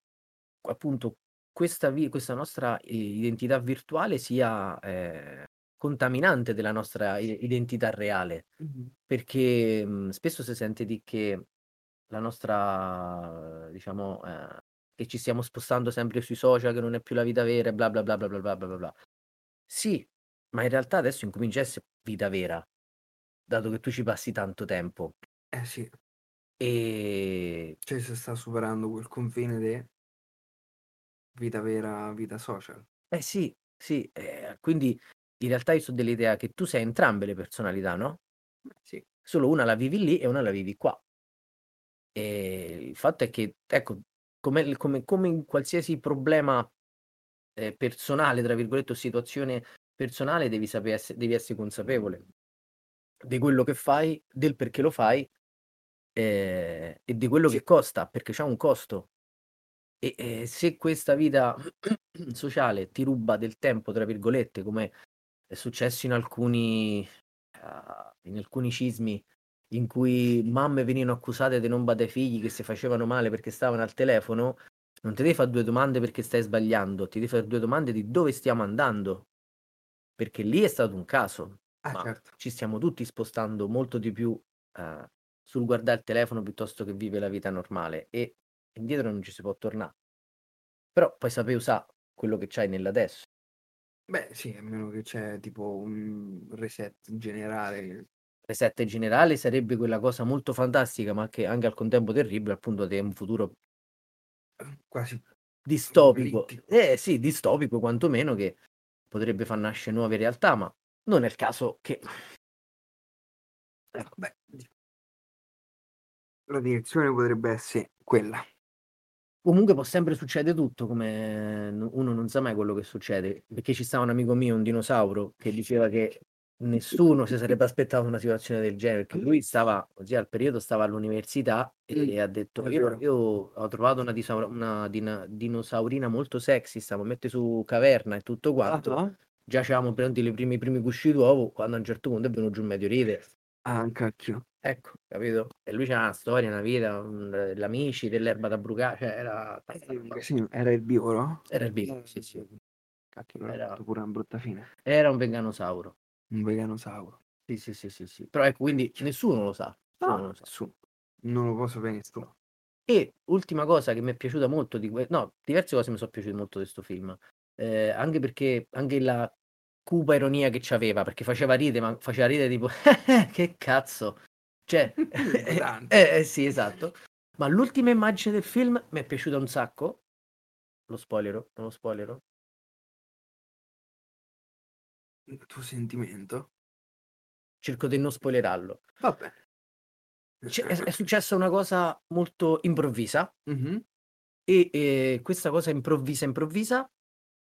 S2: appunto questa, vi- questa nostra eh, identità virtuale sia eh, contaminante della nostra i- identità reale,
S1: Mhm.
S2: perché mh, spesso si sente di che la nostra, diciamo, eh, che ci stiamo spostando sempre sui social, che non è più la vita vera, e bla bla bla bla bla bla bla bla. bla. Sì, ma in realtà adesso incomincia a essere vita vera, dato che tu ci passi tanto tempo.
S1: Eh sì,
S2: E
S1: cioè si sta superando quel confine di vita vera, vita social.
S2: Eh sì, sì, eh, quindi in realtà io sono dell'idea che tu sei entrambe le personalità, no?
S1: Sì.
S2: Solo una la vivi lì e una la vivi qua. E il fatto è che, ecco, come, come- come in qualsiasi problema eh, personale, tra virgolette, o situazione personale, devi sapere, ess- devi essere consapevole di quello che fai, del perché lo fai eh, e di quello
S1: Sì.
S2: che costa, perché c'è un costo. E eh, se questa vita sociale ti ruba del tempo, tra virgolette, come è successo in alcuni, eh, in alcuni cismi in cui mamme venivano accusate di non badare ai figli che si facevano male perché stavano al telefono, non ti devi fare due domande perché stai sbagliando, ti devi fare due domande di dove stiamo andando, perché lì è stato un caso,
S1: Ah,
S2: ma
S1: certo.
S2: ci stiamo tutti spostando molto di più eh, sul guardare il telefono piuttosto che vive la vita normale e indietro non ci si può tornare. Però poi sapevi usare quello che c'hai nell'adesso.
S1: Beh, sì, a meno che c'è tipo un reset generale.
S2: Reset in generale sarebbe quella cosa molto fantastica, ma che anche al contempo terribile, appunto, è un futuro
S1: Quasi.
S2: distopico.
S1: Apocalittico.
S2: Eh sì, distopico quantomeno che potrebbe far nascere nuove realtà, ma non è il caso che
S1: no, beh, la direzione potrebbe essere quella.
S2: Comunque può sempre succedere tutto, ehm, come n- uno non sa mai quello che succede, perché ci sta un amico mio, un dinosauro, che diceva che nessuno si sarebbe aspettato una situazione del genere perché lui stava così al periodo stava all'università e
S1: Mm,
S2: ha detto
S1: è
S2: io,
S1: vero.
S2: io ho trovato una, disaur- una dina- dinosaurina molto sexy stavo mette su caverna e tutto
S1: Ah,
S2: quanto
S1: no?
S2: già c'eravamo pronti le prime- i primi cusci d'uovo quando a un certo punto è venuto giù un meteorite
S1: Ah, cacchio.
S2: ecco capito e lui c'ha una storia una vita un- gli amici dell'erba da brucare cioè era tanta roba.
S1: Eh Sì, era erbivoro?
S2: era il big sì, sì.
S1: Cacchio, però
S2: Era-
S1: ha fatto pure una brutta fine.
S2: era un veganosauro
S1: Un veganosauro.
S2: sì sì sì sì, sì. però ecco quindi nessuno lo sa nessuno
S1: No,
S2: lo sa.
S1: su. Non lo posso sapere nessuno.
S2: E ultima cosa che mi è piaciuta molto di que- no, diverse cose mi sono piaciute molto di questo film. Eh, anche perché anche la cupa ironia che c'aveva, perché faceva ridere, ma faceva ridere tipo che cazzo. Cioè, eh,
S1: Pesante.
S2: eh, sì, esatto. Ma l'ultima immagine del film mi è piaciuta un sacco. Lo spoilero, non lo spoilero.
S1: Il tuo sentimento?
S2: Cerco di non spoilerarlo.
S1: Vabbè.
S2: C'è- è, è successa una cosa molto improvvisa
S1: Mhm.
S2: e eh, questa cosa improvvisa improvvisa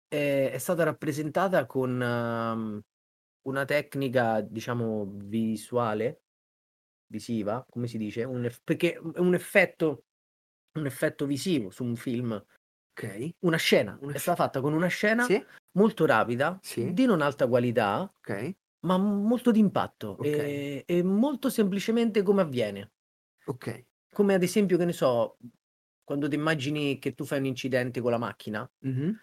S2: eh, è stata rappresentata con ehm, una tecnica, diciamo, visuale, visiva, come si dice, un eff- perché è un effetto, un effetto visivo su un film,
S1: Ok.
S2: una scena,
S1: Una
S2: è stata fatta con una scena
S1: Sì?
S2: molto rapida,
S1: Sì.
S2: di non alta qualità,
S1: Ok.
S2: ma molto d'impatto
S1: Ok.
S2: e, e molto semplicemente come avviene.
S1: Ok.
S2: Come ad esempio, che ne so, quando ti immagini che tu fai un incidente con la macchina,
S1: Mhm.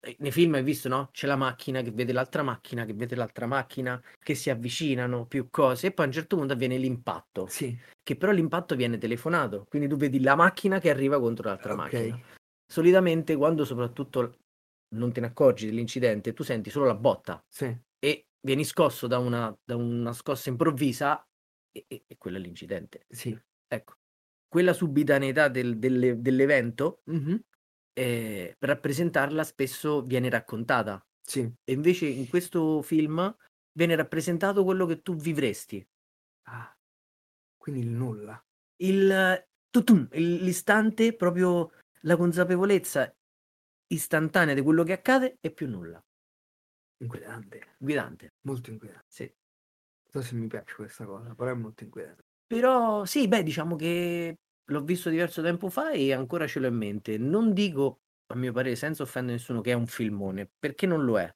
S2: eh, nei film hai visto, no? C'è la macchina che vede l'altra macchina, che vede l'altra macchina, che si avvicinano, più cose, e poi a un certo punto avviene l'impatto,
S1: Sì.
S2: che però l'impatto viene telefonato, quindi tu vedi la macchina che arriva contro l'altra macchina.
S1: Ok.
S2: Solitamente quando soprattutto l- non te ne accorgi dell'incidente, tu senti solo la botta
S1: Sì.
S2: e vieni scosso da una, da una scossa improvvisa e, e- e quello è l'incidente.
S1: Sì.
S2: Ecco, quella subitaneità del- delle- dell'evento,
S1: Mhm.
S2: eh, per rappresentarla spesso viene raccontata.
S1: Sì.
S2: E invece in questo film viene rappresentato quello che tu vivresti.
S1: Ah. Quindi il nulla.
S2: Il eh, tutum, il- l'istante, proprio la consapevolezza istantanea di quello che accade e più nulla.
S1: Inquietante.
S2: Guidante.
S1: Molto inquietante.
S2: Sì.
S1: Non so se mi piace questa cosa, però è molto inquietante.
S2: Però sì, beh, diciamo che l'ho visto diverso tempo fa e ancora ce l'ho in mente. Non dico, a mio parere, senza offendere nessuno, che è un filmone, perché non lo è.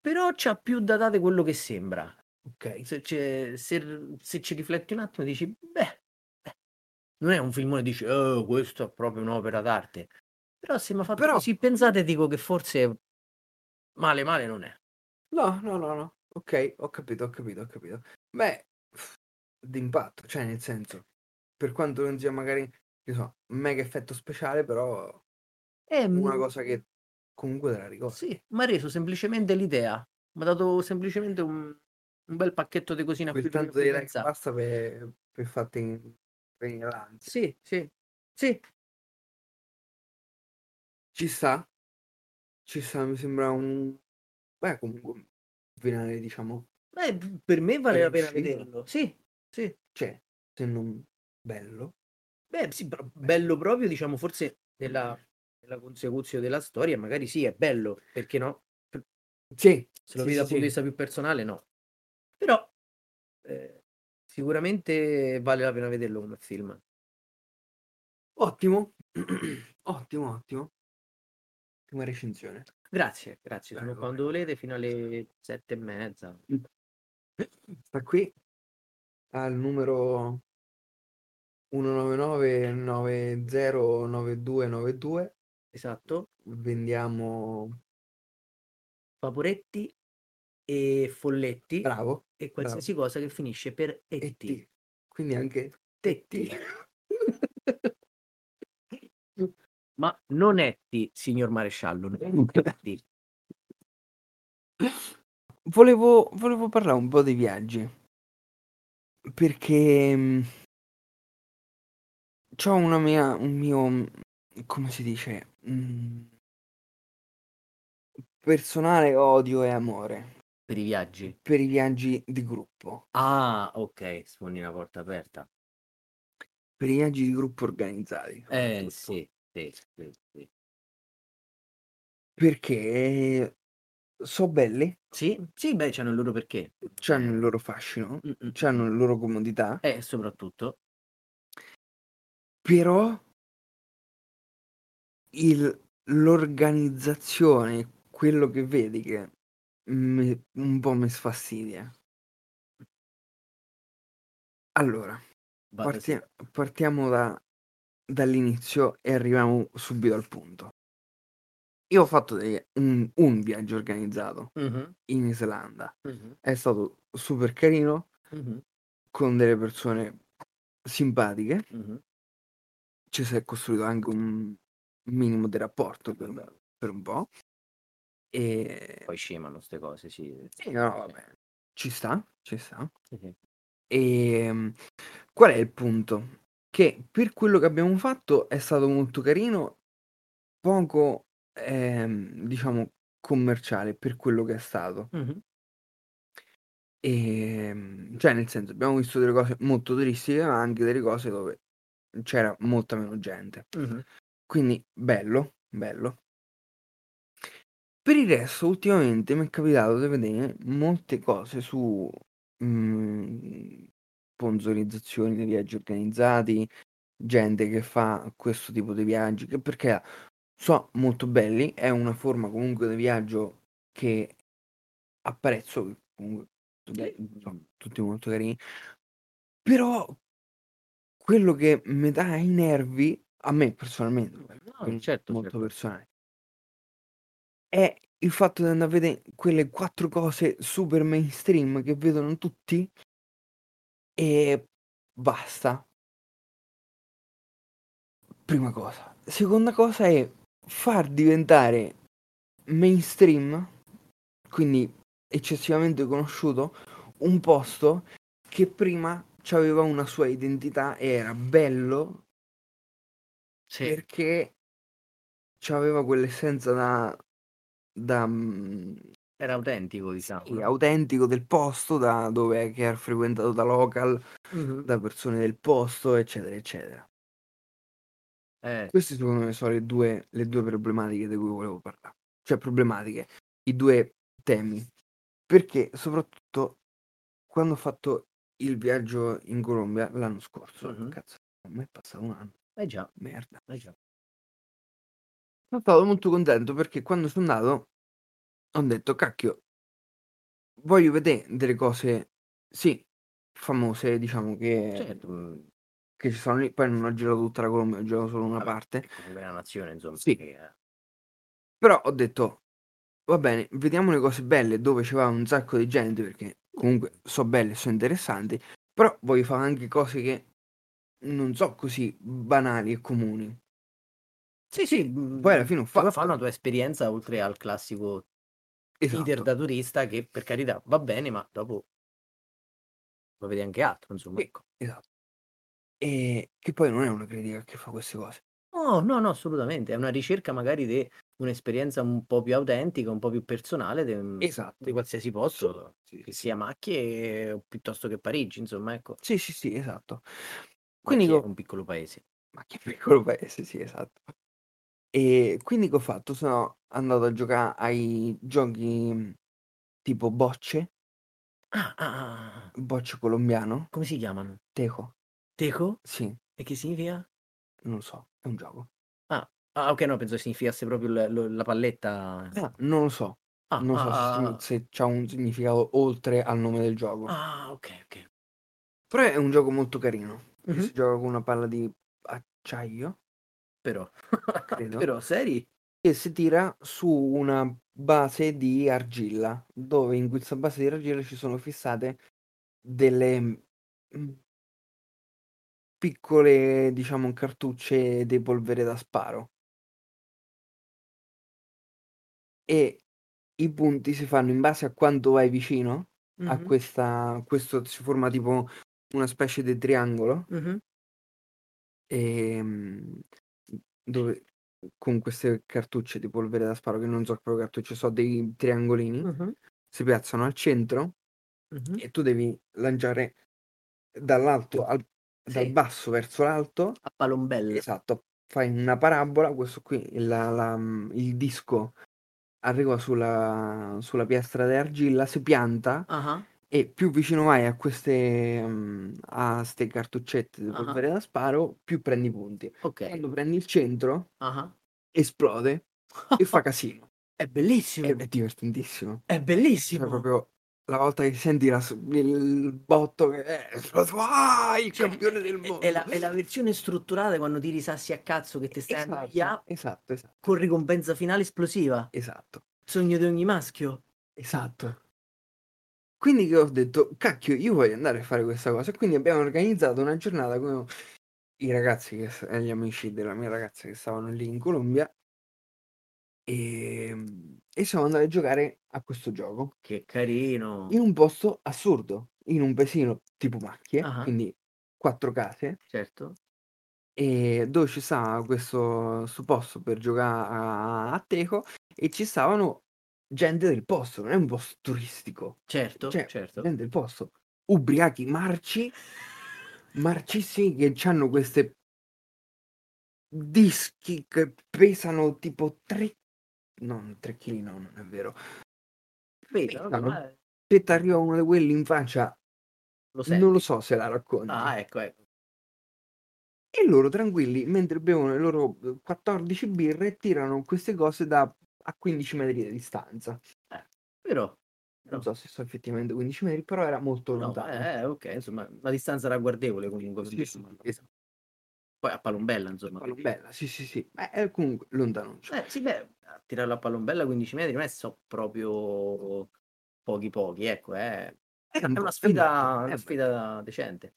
S2: Però c'ha più datate quello che sembra.
S1: Ok.
S2: se, c'è- se r- se ci rifletti un attimo dici, beh, beh, non è un filmone dici, oh, questo è proprio un'opera d'arte. Però se mi ha fatto
S1: Però-
S2: così pensate, dico che forse male male non è.
S1: No, no, no, no. Ok, ho capito, ho capito, ho capito. Beh, pff, d'impatto, cioè nel senso, per quanto non sia magari, che so, un mega effetto speciale, però
S2: È
S1: una cosa che comunque te la ricordi.
S2: Ehm, Sì, mi ha reso semplicemente l'idea. Mi ha dato semplicemente un, un bel pacchetto di cosine a
S1: Quel
S2: cui
S1: tanto
S2: a
S1: di
S2: cui
S1: like
S2: pensare.
S1: basta per, per farti venire l'ansia.
S2: Sì, sì, sì.
S1: Ci sta, ci sta, mi sembra un... Beh, comunque, un finale, diciamo,
S2: Beh, per me vale la pena
S1: Riuscito.
S2: vederlo. Sì, sì.
S1: cioè, se non bello,
S2: Beh, sì, però bello proprio, diciamo, forse nella, nella consecuzione della storia, magari sì, è bello, perché no?
S1: sì,
S2: Se lo
S1: Sì,
S2: vedi
S1: sì,
S2: dal punto di
S1: sì.
S2: vista più personale, no. Però eh, sicuramente vale la pena vederlo come film.
S1: Ottimo, ottimo, ottimo. Ottima recensione.
S2: Grazie, grazie. Sono
S1: Prego,
S2: quando volete fino alle sette e mezza.
S1: Sta qui al numero 199909292
S2: Esatto.
S1: vendiamo
S2: Vaporetti e folletti
S1: bravo
S2: e qualsiasi cosa che finisce per
S1: e
S2: etti.
S1: T. Quindi anche
S2: Tetti.
S1: T.
S2: Ma non etti, signor maresciallo. non etti.
S1: volevo, volevo parlare un po' dei viaggi perché ho una mia un mio mm, come si dice Mm, personale odio e amore
S2: Per i viaggi.
S1: per i viaggi di gruppo
S2: Ah, ok, sfondi una porta aperta.
S1: per i viaggi di gruppo organizzati
S2: Eh,
S1: soprattutto.
S2: sì, sì, sì, sì.
S1: perché sono belli,
S2: Sì, sì, beh, c'hanno il loro perché.
S1: hanno il loro fascino,
S2: Mm, mm.
S1: hanno le loro comodità,
S2: E soprattutto,
S1: però il- l'organizzazione, quello che vedi che mi- un po' mi sfastidia. Allora,
S2: vado-
S1: parti- partiamo da- dall'inizio e arriviamo subito al punto. Io ho fatto dei- un- un viaggio organizzato
S2: Mhm,
S1: in Islanda,
S2: mhm,
S1: è stato super carino,
S2: mhm,
S1: con delle persone simpatiche,
S2: mhm.
S1: ci si è costruito anche un minimo di rapporto per, per un po'. E
S2: Poi scemano queste cose, sì.
S1: sì, no, vabbè, ci sta, ci sta.
S2: Sì, sì.
S1: E mm, qual è il punto? Che per quello che abbiamo fatto è stato molto carino, poco ehm, diciamo commerciale per quello che è stato.
S2: Mhm,
S1: E, mm, cioè, nel senso, abbiamo visto delle cose molto turistiche, ma anche delle cose dove c'era molta meno gente.
S2: mhm.
S1: Quindi, bello, bello. Per il resto, ultimamente mi è capitato di vedere molte cose su mm, sponsorizzazioni di viaggi organizzati, gente che fa questo tipo di viaggi, che perché sono molto belli, è una forma comunque di viaggio che apprezzo, che comunque
S2: Eh,
S1: sono tutti molto carini, però quello che mi dà ai nervi, a me personalmente, poi,
S2: No,
S1: quindi
S2: certo,
S1: molto
S2: certo.
S1: personale, è il fatto di andare a vedere quelle quattro cose super mainstream che vedono tutti e basta. Prima cosa. Seconda cosa è far diventare mainstream, quindi eccessivamente conosciuto, un posto che prima aveva una sua identità e era bello
S2: certo. Sì.
S1: perché aveva quell'essenza da, da, mm,
S2: Era autentico, diciamo.
S1: sì,
S2: no?
S1: autentico del posto, da dove è che era frequentato da local,
S2: Mhm.
S1: da persone del posto, eccetera, eccetera.
S2: Eh,
S1: Queste secondo me sono le due, le due problematiche di cui volevo parlare. Cioè problematiche, i due temi. Perché soprattutto quando ho fatto il viaggio in Colombia l'anno scorso,
S2: Mhm.
S1: cazzo, ormai è passato un anno,
S2: eh già,
S1: merda.
S2: eh già.
S1: Sono stato molto contento perché quando sono andato ho detto, cacchio, voglio vedere delle cose, sì, famose, diciamo che,
S2: Certo, mm,
S1: che ci sono lì. Poi non ho girato tutta la Colombia, ho girato solo una
S2: vabbè,
S1: parte.
S2: è comunque una nazione, insomma.
S1: Sì.
S2: che, eh,
S1: Però ho detto, Va bene, vediamo le cose belle dove ci va un sacco di gente perché comunque so belle, so interessanti, però voglio fare anche cose che non so così banali e comuni.
S2: Sì, sì, mm,
S1: Poi alla fine ho
S2: come
S1: fatto.
S2: fa una tua esperienza oltre al classico iter
S1: Esatto.
S2: da turista che per carità va bene, ma dopo puoi vedere anche altro, insomma.
S1: Sì,
S2: Ecco.
S1: esatto. E che poi non è una critica che fa queste cose.
S2: No, no, no, assolutamente. È una ricerca magari di un'esperienza un po' più autentica, un po' più personale de- mhmm,
S1: Esatto.
S2: di qualsiasi posto,
S1: Sì,
S2: che
S1: sì.
S2: sia Macchie eh, o piuttosto che Parigi, insomma, ecco.
S1: Sì, sì, sì, esatto. Quindi
S2: Macchie è
S1: dico,
S2: un piccolo paese.
S1: ma che piccolo paese, sì, esatto. E quindi che ho fatto? Sono andato a giocare ai giochi mh, tipo bocce,
S2: Ah, ah, ah, ah.
S1: bocce colombiano,
S2: come si chiamano?
S1: teco,
S2: Teco?
S1: sì.
S2: E che significa?
S1: non lo so, è un gioco.
S2: Ah, ah, ok, no, penso significasse proprio la, lo- la palletta.
S1: Eh, non lo so,
S2: Ah,
S1: non
S2: ah,
S1: so se,
S2: ah,
S1: signi- se c'ha un significato oltre al nome del gioco.
S2: ah, ok, ok.
S1: Però è un gioco molto carino, che si
S2: Mhm.
S1: gioca con una palla di acciaio,
S2: Però,
S1: credo,
S2: però, seri?
S1: che si tira su una base di argilla, dove in questa base di argilla ci sono fissate delle mm, piccole, diciamo, cartucce di polvere da sparo. e i punti si fanno in base a quanto vai vicino a
S2: Mhm,
S1: questa questo si forma tipo una specie di triangolo
S2: mhm.
S1: ehm, dove con queste cartucce di polvere da sparo che non so proprio cartucce so dei triangolini
S2: Mhm,
S1: si piazzano al centro
S2: mhm.
S1: e tu devi lanciare dall'alto al- dal
S2: Sì,
S1: basso verso l'alto
S2: a palombello.
S1: esatto fai una parabola questo qui la- la- il mm, disco arriva sulla, sulla piastra d'argilla, si pianta
S2: Ah,
S1: e più vicino vai a queste, mm, a queste cartuccette di
S2: Ah.
S1: polvere da sparo, più prendi punti.
S2: ok.
S1: Quando prendi il centro,
S2: Ah.
S1: esplode e fa casino.
S2: È bellissimo.
S1: È, è divertentissimo.
S2: È
S1: Cioè,
S2: bellissimo.
S1: Eh, proprio la volta che senti la s- il botto che è esploso, ah, il
S2: Cioè,
S1: campione del
S2: è-
S1: mondo.
S2: È la, è la versione strutturata quando tiri i sassi a cazzo che ti stai a annoia,
S1: Esatto, esatto, esatto,
S2: con ricompensa finale esplosiva.
S1: esatto,
S2: Sogno di ogni maschio.
S1: esatto. Quindi che ho detto, cacchio, io voglio andare a fare questa cosa. Quindi abbiamo organizzato una giornata con i ragazzi, che, s- gli amici della mia ragazza che stavano lì in Colombia e, e siamo andati a giocare a questo gioco
S2: Che carino.
S1: in un posto assurdo, in un paesino tipo macchie,
S2: Ah.
S1: quindi quattro case.
S2: Certo.
S1: e dove ci stava questo, sto posto per giocare a, a teco e ci stavano gente del posto, non è un posto turistico,
S2: Certo.
S1: Cioè,
S2: certo.
S1: gente del posto, ubriachi marci, marcissimi che hanno queste dischi che pesano tipo 3 non 3 kg no, non è vero
S2: Vedi,
S1: no,
S2: vabbè,
S1: no.
S2: ma-
S1: se ti arriva uno di quelli in faccia
S2: Lo senti.
S1: non lo so se la racconti
S2: Ah, ecco, ecco.
S1: E loro tranquilli, mentre bevono le loro eh, 14 birre, tirano queste cose da a 15 metri di distanza.
S2: Però,
S1: Non
S2: No.
S1: so se sono effettivamente 15 metri, però era molto
S2: no,
S1: lontano.
S2: eh, ok, insomma, una distanza ragguardevole comunque.
S1: Sì,
S2: quindi,
S1: sì,
S2: insomma,
S1: esatto.
S2: Poi a Palombella, insomma.
S1: Palombella, sì, sì, sì. Beh, è comunque lontanuccio.
S2: Eh, sì, beh, a tirarla a palombella 15 metri non è so proprio pochi pochi, ecco, eh.
S1: È
S2: È una sfida, una
S1: è
S2: sfida decente.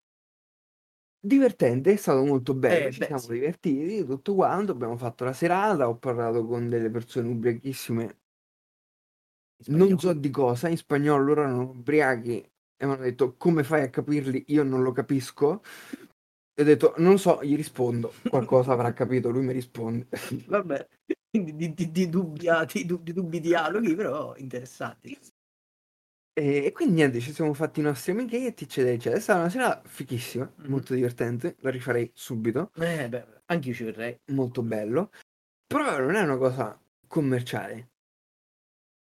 S1: divertente, è stato molto bello,
S2: Eh,
S1: ci
S2: beh,
S1: siamo
S2: sì.
S1: divertiti tutto quanto, abbiamo fatto la serata, ho parlato con delle persone ubriachissime,
S2: in spagnolo.
S1: non so di cosa, in spagnolo loro erano ubriachi e mi hanno detto come fai a capirli, io non lo capisco. E ho detto non lo so, gli rispondo, qualcosa avrà capito, lui mi risponde.
S2: Vabbè, quindi di, di, di dubbiati- di dub- di dubbi dialoghi, però interessanti.
S1: E, e quindi niente, ci siamo fatti i nostri amichetti, eccetera, eccetera. È stata una sera fichissima,
S2: Mhm.
S1: molto divertente, la rifarei subito,
S2: Eh, beh, anche io ci verrei.
S1: molto bello. Però non è una cosa commerciale,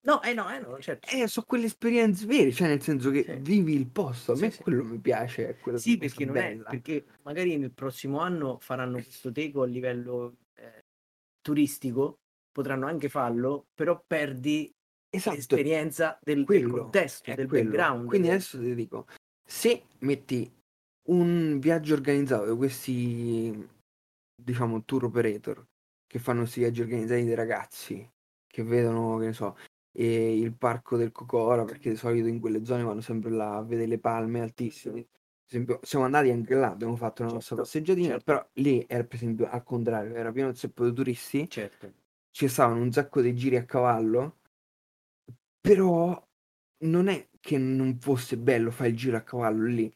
S2: No, eh no, eh no, certo.
S1: eh, sono quelle esperienze vere, cioè nel senso che
S2: Sì.
S1: vivi il posto, a me
S2: Sì, sì.
S1: quello mi piace, è quella
S2: Sì,
S1: cosa
S2: perché non
S1: bella.
S2: è, perché magari nel prossimo anno faranno questo teco a livello eh, turistico, potranno anche farlo, però perdi
S1: Esatto,
S2: l'esperienza del, del
S1: quello,
S2: contesto,
S1: è
S2: del
S1: quello.
S2: background.
S1: Quindi
S2: del-
S1: adesso ti dico, se metti un viaggio organizzato di questi, diciamo, tour operator che fanno questi viaggi organizzati dei ragazzi che vedono, che ne so, eh, il parco del Cocora, perché di solito in quelle zone vanno sempre là a vedere le palme altissime. Per esempio, siamo andati anche là, abbiamo fatto la nostra
S2: Certo,
S1: passeggiatina,
S2: certo.
S1: però lì era per esempio al contrario, era pieno di zeppo di turisti
S2: Certo.
S1: ci stavano un sacco di giri a cavallo, però non è che non fosse bello fare il giro a cavallo lì,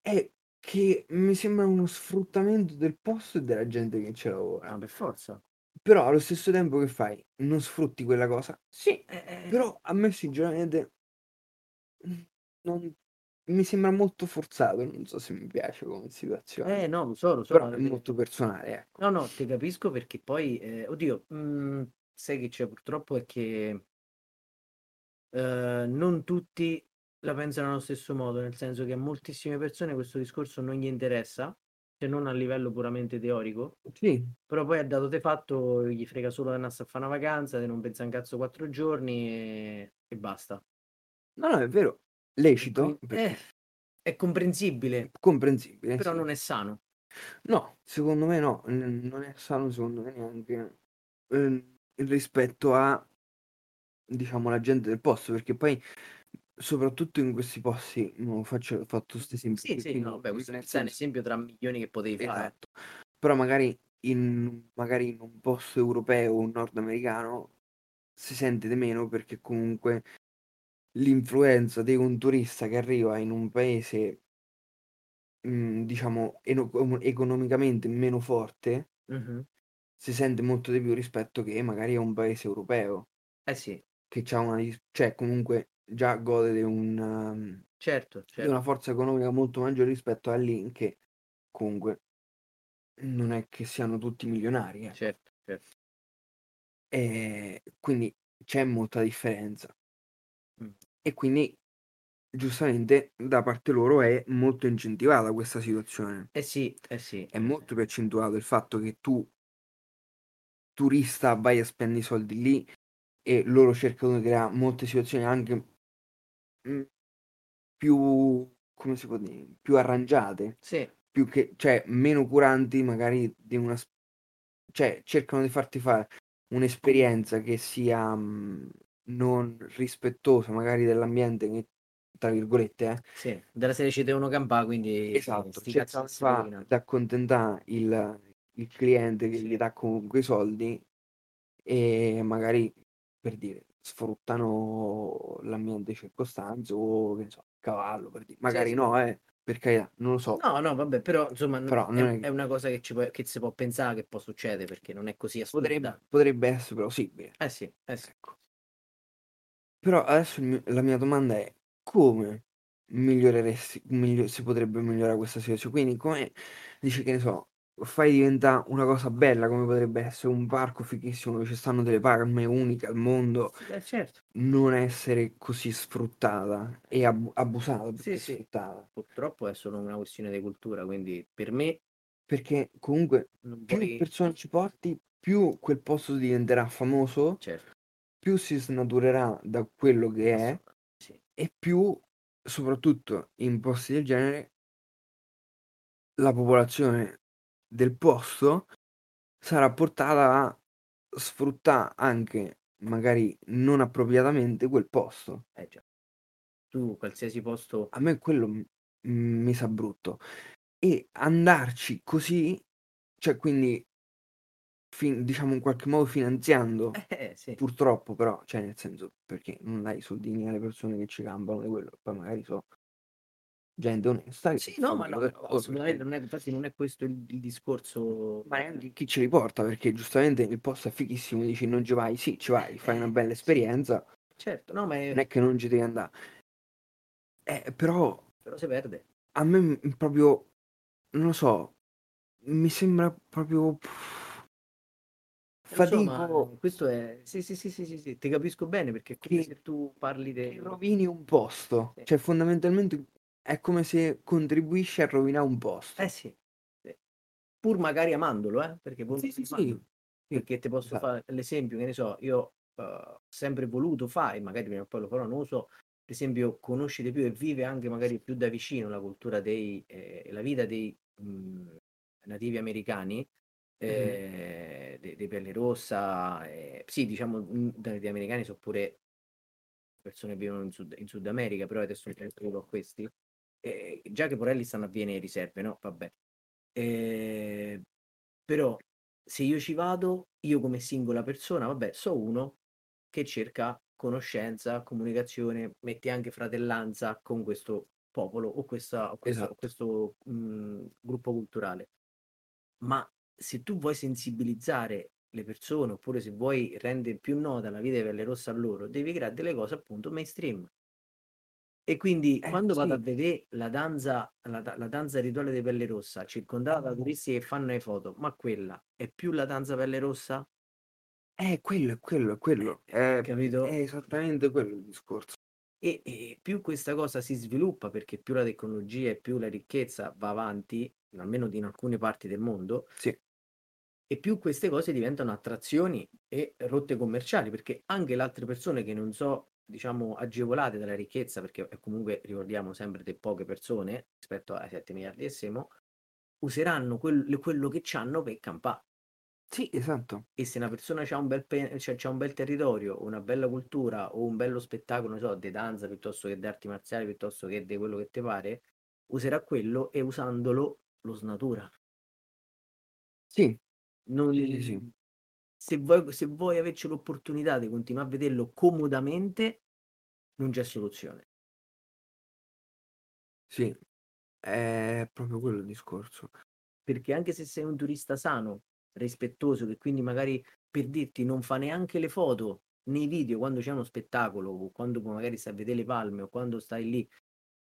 S1: è che mi sembra uno sfruttamento del posto e della gente che ci lavora.
S2: Ah, per forza.
S1: Però allo stesso tempo che fai, non sfrutti quella cosa? Sì,
S2: Eh, eh,
S1: però a me sinceramente mm, non- mi sembra molto forzato, non so se mi piace come situazione,
S2: eh, no, lo so, lo so.
S1: però
S2: ma-
S1: è molto personale, ecco.
S2: No, no, ti capisco perché poi, eh, oddio, mm, sai che c'è purtroppo è che eh, non tutti la pensano allo stesso modo, nel senso che a moltissime persone questo discorso non gli interessa, se non a livello puramente teorico,
S1: Sì,
S2: però poi a dato te fatto gli frega solo di andare a fare una vacanza, di non pensare un cazzo quattro giorni e, e basta.
S1: no, no, è vero, lecito,
S2: Quindi,
S1: perché
S2: eh, è comprensibile,
S1: è comprensibile.
S2: però
S1: sì.
S2: non è sano.
S1: No, secondo me no, n- non è sano secondo me neanche ehm, rispetto a, diciamo, la gente del posto, perché poi soprattutto in questi posti, no, faccio, ho fatto questi esempi,
S2: Sì, sì,
S1: quindi
S2: no, beh, questo è
S1: nel
S2: un
S1: senso,
S2: esempio tra milioni che potevi fare.
S1: esatto, però magari in, magari in un posto europeo o nordamericano si sente di meno perché comunque l'influenza di un turista che arriva in un paese, mm, diciamo, eno- economicamente meno forte,
S2: Mhm.
S1: si sente molto di più rispetto che magari a un paese europeo
S2: Eh sì,
S1: che c'ha una, dis- cioè comunque già gode di, un, um,
S2: certo,
S1: di
S2: certo.
S1: una forza economica molto maggiore rispetto a lì che comunque non è che siano tutti milionari. eh.
S2: Certo, certo.
S1: E quindi c'è molta differenza.
S2: Mm.
S1: E quindi giustamente da parte loro è molto incentivata questa situazione.
S2: Eh sì, eh sì.
S1: È molto più accentuato il fatto che tu, turista, vai a spendere i soldi lì e loro cercano di creare molte situazioni anche mm, più, come si può dire, più arrangiate
S2: Sì,
S1: più che, cioè, meno curanti magari di una, s- cioè, cercano di farti fare un'esperienza che sia mh, non rispettosa magari dell'ambiente, che, tra virgolette, eh.
S2: sì. Della serie ci devono campare, quindi...
S1: Esatto,
S2: Sti
S1: cercano di
S2: cazzi di
S1: fa-
S2: rovinare.
S1: di accontentare il, il cliente che
S2: Sì.
S1: gli dà comunque i soldi e magari, per dire, sfruttano l'ambiente circostante o, che ne so, il cavallo, per dire. Magari
S2: sì.
S1: no, eh, per carità, non lo so,
S2: No, no, vabbè, però insomma n-
S1: però
S2: è,
S1: non è
S2: è
S1: che...
S2: una cosa che, ci può- che si può pensare che può succedere perché non è così assurda.
S1: Potrebbe, potrebbe essere plausibile.
S2: Eh sì, eh sì.
S1: Ecco. Però adesso il mio- la mia domanda è come miglioreresti, miglio- si potrebbe migliorare questa situazione? Quindi come dici che ne so, fai diventare una cosa bella come potrebbe essere un parco fighissimo dove ci stanno delle palme uniche al mondo,
S2: Sì, eh, certo,
S1: non essere così sfruttata e ab- abusata più
S2: sì,
S1: che
S2: sì.
S1: sfruttata.
S2: Purtroppo è solo una questione di cultura, quindi per me
S1: Perché comunque
S2: non
S1: più
S2: puoi...
S1: persone ci porti, più quel posto diventerà famoso,
S2: Certo,
S1: più si snaturerà da quello che è.
S2: assolutamente sì.
S1: e più, soprattutto in posti del genere, la popolazione del posto sarà portata a sfruttare anche, magari non appropriatamente, quel posto.
S2: Eh già. Tu, qualsiasi posto...
S1: A me quello m- m- mi sa brutto. E andarci così, cioè quindi, fin- diciamo in qualche modo finanziando,
S2: Eh sì,
S1: purtroppo però, cioè nel senso, perché non dai i soldini alle persone che ci campano di quello, poi magari so gente onesta che
S2: sì, no,
S1: fa
S2: ma
S1: quello
S2: no,
S1: che
S2: no,
S1: può per
S2: assolutamente
S1: carità.
S2: non è, infatti non è questo il, il discorso.
S1: Ma neanche chi ce li porta, perché giustamente il posto è fighissimo, dici non ci vai, sì, ci vai, fai una
S2: Eh,
S1: bella
S2: sì,
S1: esperienza,
S2: certo, no, ma
S1: non
S2: è-
S1: è che non ci devi andare. Eh, però
S2: però si perde.
S1: a me m- proprio, non lo so, mi sembra proprio pff,
S2: Eh, Lo so, ma
S1: fatico
S2: eh, questo è... Sì, sì, sì, sì, sì, sì, ti capisco bene perché è come
S1: che,
S2: se tu parli
S1: che
S2: del...
S1: rovini un posto,
S2: Sì.
S1: cioè fondamentalmente è come se contribuisci a rovinare un
S2: Eh
S1: posto.
S2: sì, sì. pur magari amandolo, eh, perché pur
S1: Sì, sì,
S2: magari
S1: sì,
S2: amandolo.
S1: sì,
S2: Perché ti posso
S1: esatto.
S2: fare l'esempio, che ne so, io eh, ho sempre voluto fare, e magari prima o poi lo farò, non lo so, per esempio conosci di più e vive anche magari più da vicino la cultura dei, eh, la vita dei mhmm, mh, nativi americani,
S1: Mhm.
S2: eh, de- dei pelle rossa, eh, sì, diciamo, mh, da- gli americani sono pure persone che vivono in Sud, in Sud America, però adesso mi penso solo a questi. Eh, già che Porelli stanno a Viene riserve, no? Vabbè. Eh, però se io ci vado, io come singola persona, vabbè, so uno che cerca conoscenza, comunicazione, metti anche fratellanza con questo popolo o, questa, o questo, o
S1: Esatto.
S2: questo mh, gruppo culturale. Ma se tu vuoi sensibilizzare le persone oppure se vuoi rendere più nota la vita di pelle rossa a loro, devi creare delle cose appunto mainstream. E quindi
S1: Eh
S2: quando vado a
S1: sì,
S2: vedere la danza, la, da- la danza rituale di Pelle Rossa,
S1: Ah.
S2: circondata da turisti che fanno le foto, ma quella è più la danza Pelle Rossa?
S1: è quello, è quello, è
S2: Eh,
S1: quello, è, è
S2: capito?
S1: esattamente quello il discorso.
S2: E, e più questa cosa si sviluppa, perché più la tecnologia e più la ricchezza va avanti, almeno in alcune parti del mondo,
S1: Sì.
S2: e più queste cose diventano attrazioni e rotte commerciali, perché anche le altre persone che non so, diciamo, agevolate dalla ricchezza, perché eh, comunque ricordiamo sempre di poche persone rispetto ai 7 miliardi e semo, useranno quel- quello che hanno per campare.
S1: Sì, esatto.
S2: E se una persona ha un bel, pe- c'ha- c'ha un bel territorio, o una bella cultura o un bello spettacolo, non so, di danza piuttosto che di arti marziali, piuttosto che di quello che ti pare, userà quello e usandolo lo snatura.
S1: Sì,
S2: Non-
S1: sì, sì, sì.
S2: Se vuoi, se vuoi averci l'opportunità di continuare a vederlo comodamente, non c'è soluzione.
S1: Sì, è proprio quello il discorso.
S2: perché anche se sei un turista sano, rispettoso, che quindi magari per dirti non fa neanche le foto nei video quando c'è uno spettacolo o quando magari stai a vedere le palme o quando stai lì,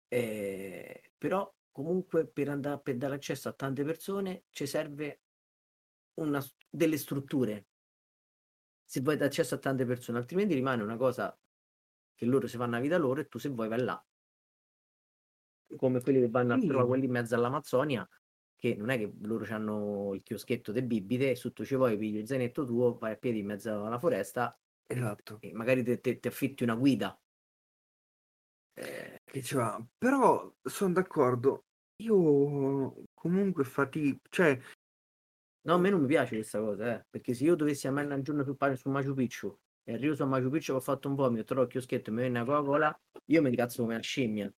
S2: eh, però comunque per andare per dare accesso a tante persone ci serve una s- delle strutture se vuoi dare accesso a tante persone, altrimenti rimane una cosa che loro si fanno la vita loro e tu se vuoi vai là. Come quelli che vanno
S1: Sì.
S2: a trova quelli in mezzo all'Amazzonia, che non è che loro hanno il chioschetto delle bibite, e su tu ci vuoi, pigli il zainetto tuo, vai a piedi in mezzo alla foresta
S1: Esatto.
S2: e magari te- te- ti affitti una guida. Eh,
S1: Che ci va. Però sono d'accordo. Io comunque fatico. Cioè,
S2: No, a me non mi piace questa cosa, eh, perché se io dovessi andare un giorno su, pa- su Machu Picchu e arrivo su Machu Picchu che ho fatto un vomito, trovo il chioschetto e mi viene una Coca-Cola, io mi incazzo come una scimmia.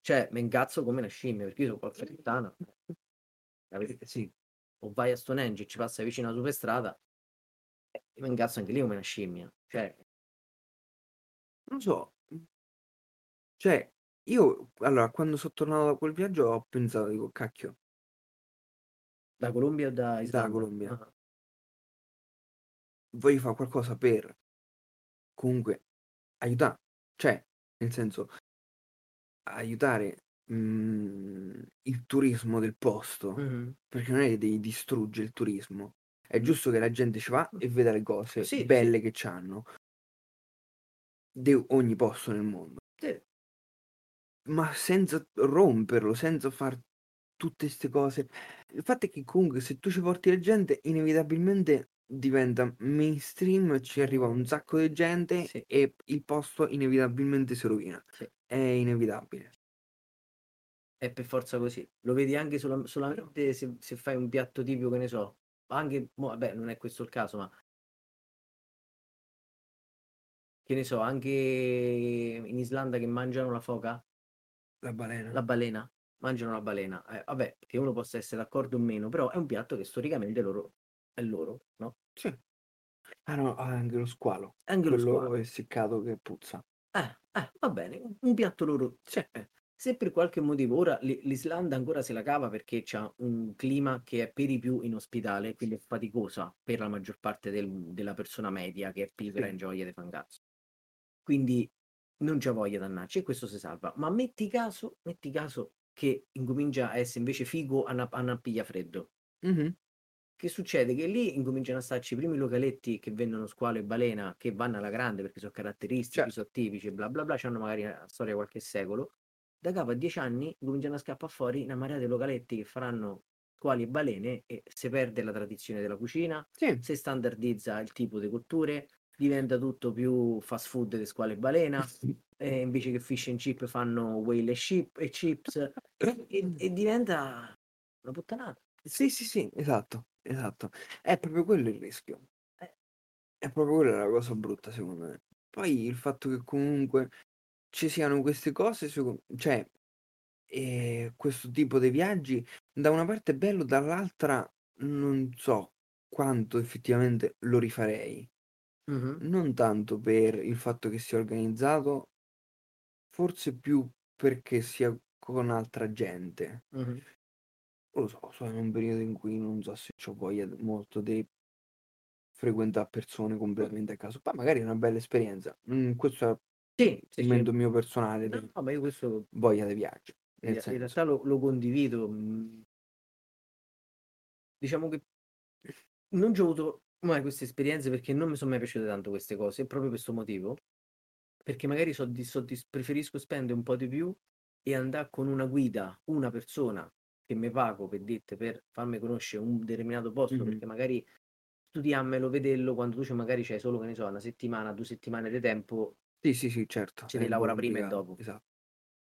S2: Cioè, mi incazzo come una scimmia, perché io sono qualche puttana. Capite?
S1: sì.
S2: O vai a Stonehenge e ci passa vicino alla superstrada, eh, io mi incazzo anche lì come una scimmia. Cioè,
S1: Non so. mm. Cioè, io allora quando sono tornato da quel viaggio ho pensato, dico, cacchio,
S2: da Colombia o da Islanda?
S1: Colombia.
S2: Ah,
S1: voglio fare qualcosa per comunque aiutare. Cioè, nel senso, aiutare mm, il turismo del posto.
S2: mhm.
S1: Perché non è che devi distruggere il turismo. È
S2: Mm.
S1: giusto che la gente ci va e veda le cose
S2: Sì, sì.
S1: belle che c'hanno di ogni posto nel mondo.
S2: Sì.
S1: Ma senza romperlo, senza far tutte queste cose. Il fatto è che comunque se tu ci porti la gente, inevitabilmente diventa mainstream, ci arriva un sacco di gente
S2: Sì.
S1: e il posto inevitabilmente si rovina.
S2: Sì.
S1: È inevitabile.
S2: È per forza così. Lo vedi anche solam- solamente se, se fai un piatto tipico, che ne so. Anche, mo, vabbè, non è questo il caso, ma... Che ne so, anche in Islanda che mangiano la foca,
S1: La balena.
S2: la balena, mangiano la balena. Eh, vabbè, che uno possa essere d'accordo o meno, però è un piatto che storicamente loro, è loro, no?
S1: Sì. Ah no, anche lo squalo.
S2: Anche lo
S1: Quello
S2: squalo.
S1: essiccato che puzza.
S2: Eh, eh, va bene, un- un piatto loro. Cioè, eh, se per qualche motivo ora l- l'Islanda ancora se la cava perché c'ha un clima che è per i più inospitale, quindi è faticosa per la maggior parte del- della persona media che è pigra
S1: Sì.
S2: in gioia di fangazzo. Quindi non c'ha voglia d'annarci e questo si salva. Ma metti caso, metti caso che incomincia a essere invece figo a una, a una piglia freddo.
S1: Mhm.
S2: Che succede? Che lì incominciano a starci i primi localetti che vendono squalo e balena, che vanno alla grande perché sono caratteristici,
S1: Certo.
S2: sono tipici, bla bla bla, hanno magari una storia di qualche secolo. Da capo a dieci anni cominciano a scappare fuori una marea di localetti che faranno squali e balene e si perde la tradizione della cucina,
S1: Sì.
S2: si standardizza il tipo di cotture, diventa tutto più fast food di squalo e balena, e invece che fish and chip fanno whale e, ship, e chips, e, e diventa una puttanata.
S1: Sì, sì, sì, esatto, esatto. È proprio quello il rischio.
S2: Eh.
S1: È proprio quella la cosa brutta, secondo me. Poi il fatto che comunque ci siano queste cose, seco- cioè eh, questo tipo di viaggi, da una parte è bello, dall'altra non so quanto effettivamente lo rifarei.
S2: Mhm.
S1: Non tanto per il fatto che sia organizzato, forse più perché sia con altra gente.
S2: mhm.
S1: Non lo so, sono in un periodo in cui non so se ho voglia d- molto di frequentare persone completamente a caso. Poi magari è una bella esperienza. Mm, questo è
S2: Sì, sì,
S1: il
S2: sì.
S1: momento mio personale di
S2: No, ma io questo
S1: voglia di viaggio.
S2: in,
S1: Nel
S2: in
S1: senso,
S2: realtà lo, lo condivido. mm. Diciamo che non ho avuto mai queste esperienze perché non mi sono mai piaciute tanto queste cose, proprio per questo motivo. Perché magari so di- so di- preferisco spendere un po' di più e andare con una guida, una persona che mi pago per dette, per farmi conoscere un determinato posto,
S1: Mhm.
S2: perché magari studiammelo, vederlo, quando tu c'è- magari c'hai solo, che ne so, una settimana, due settimane di tempo,
S1: sì, sì, sì, certo.
S2: Ci
S1: è
S2: devi
S1: un po'
S2: lavorare prima e
S1: complicato,
S2: dopo.
S1: Esatto.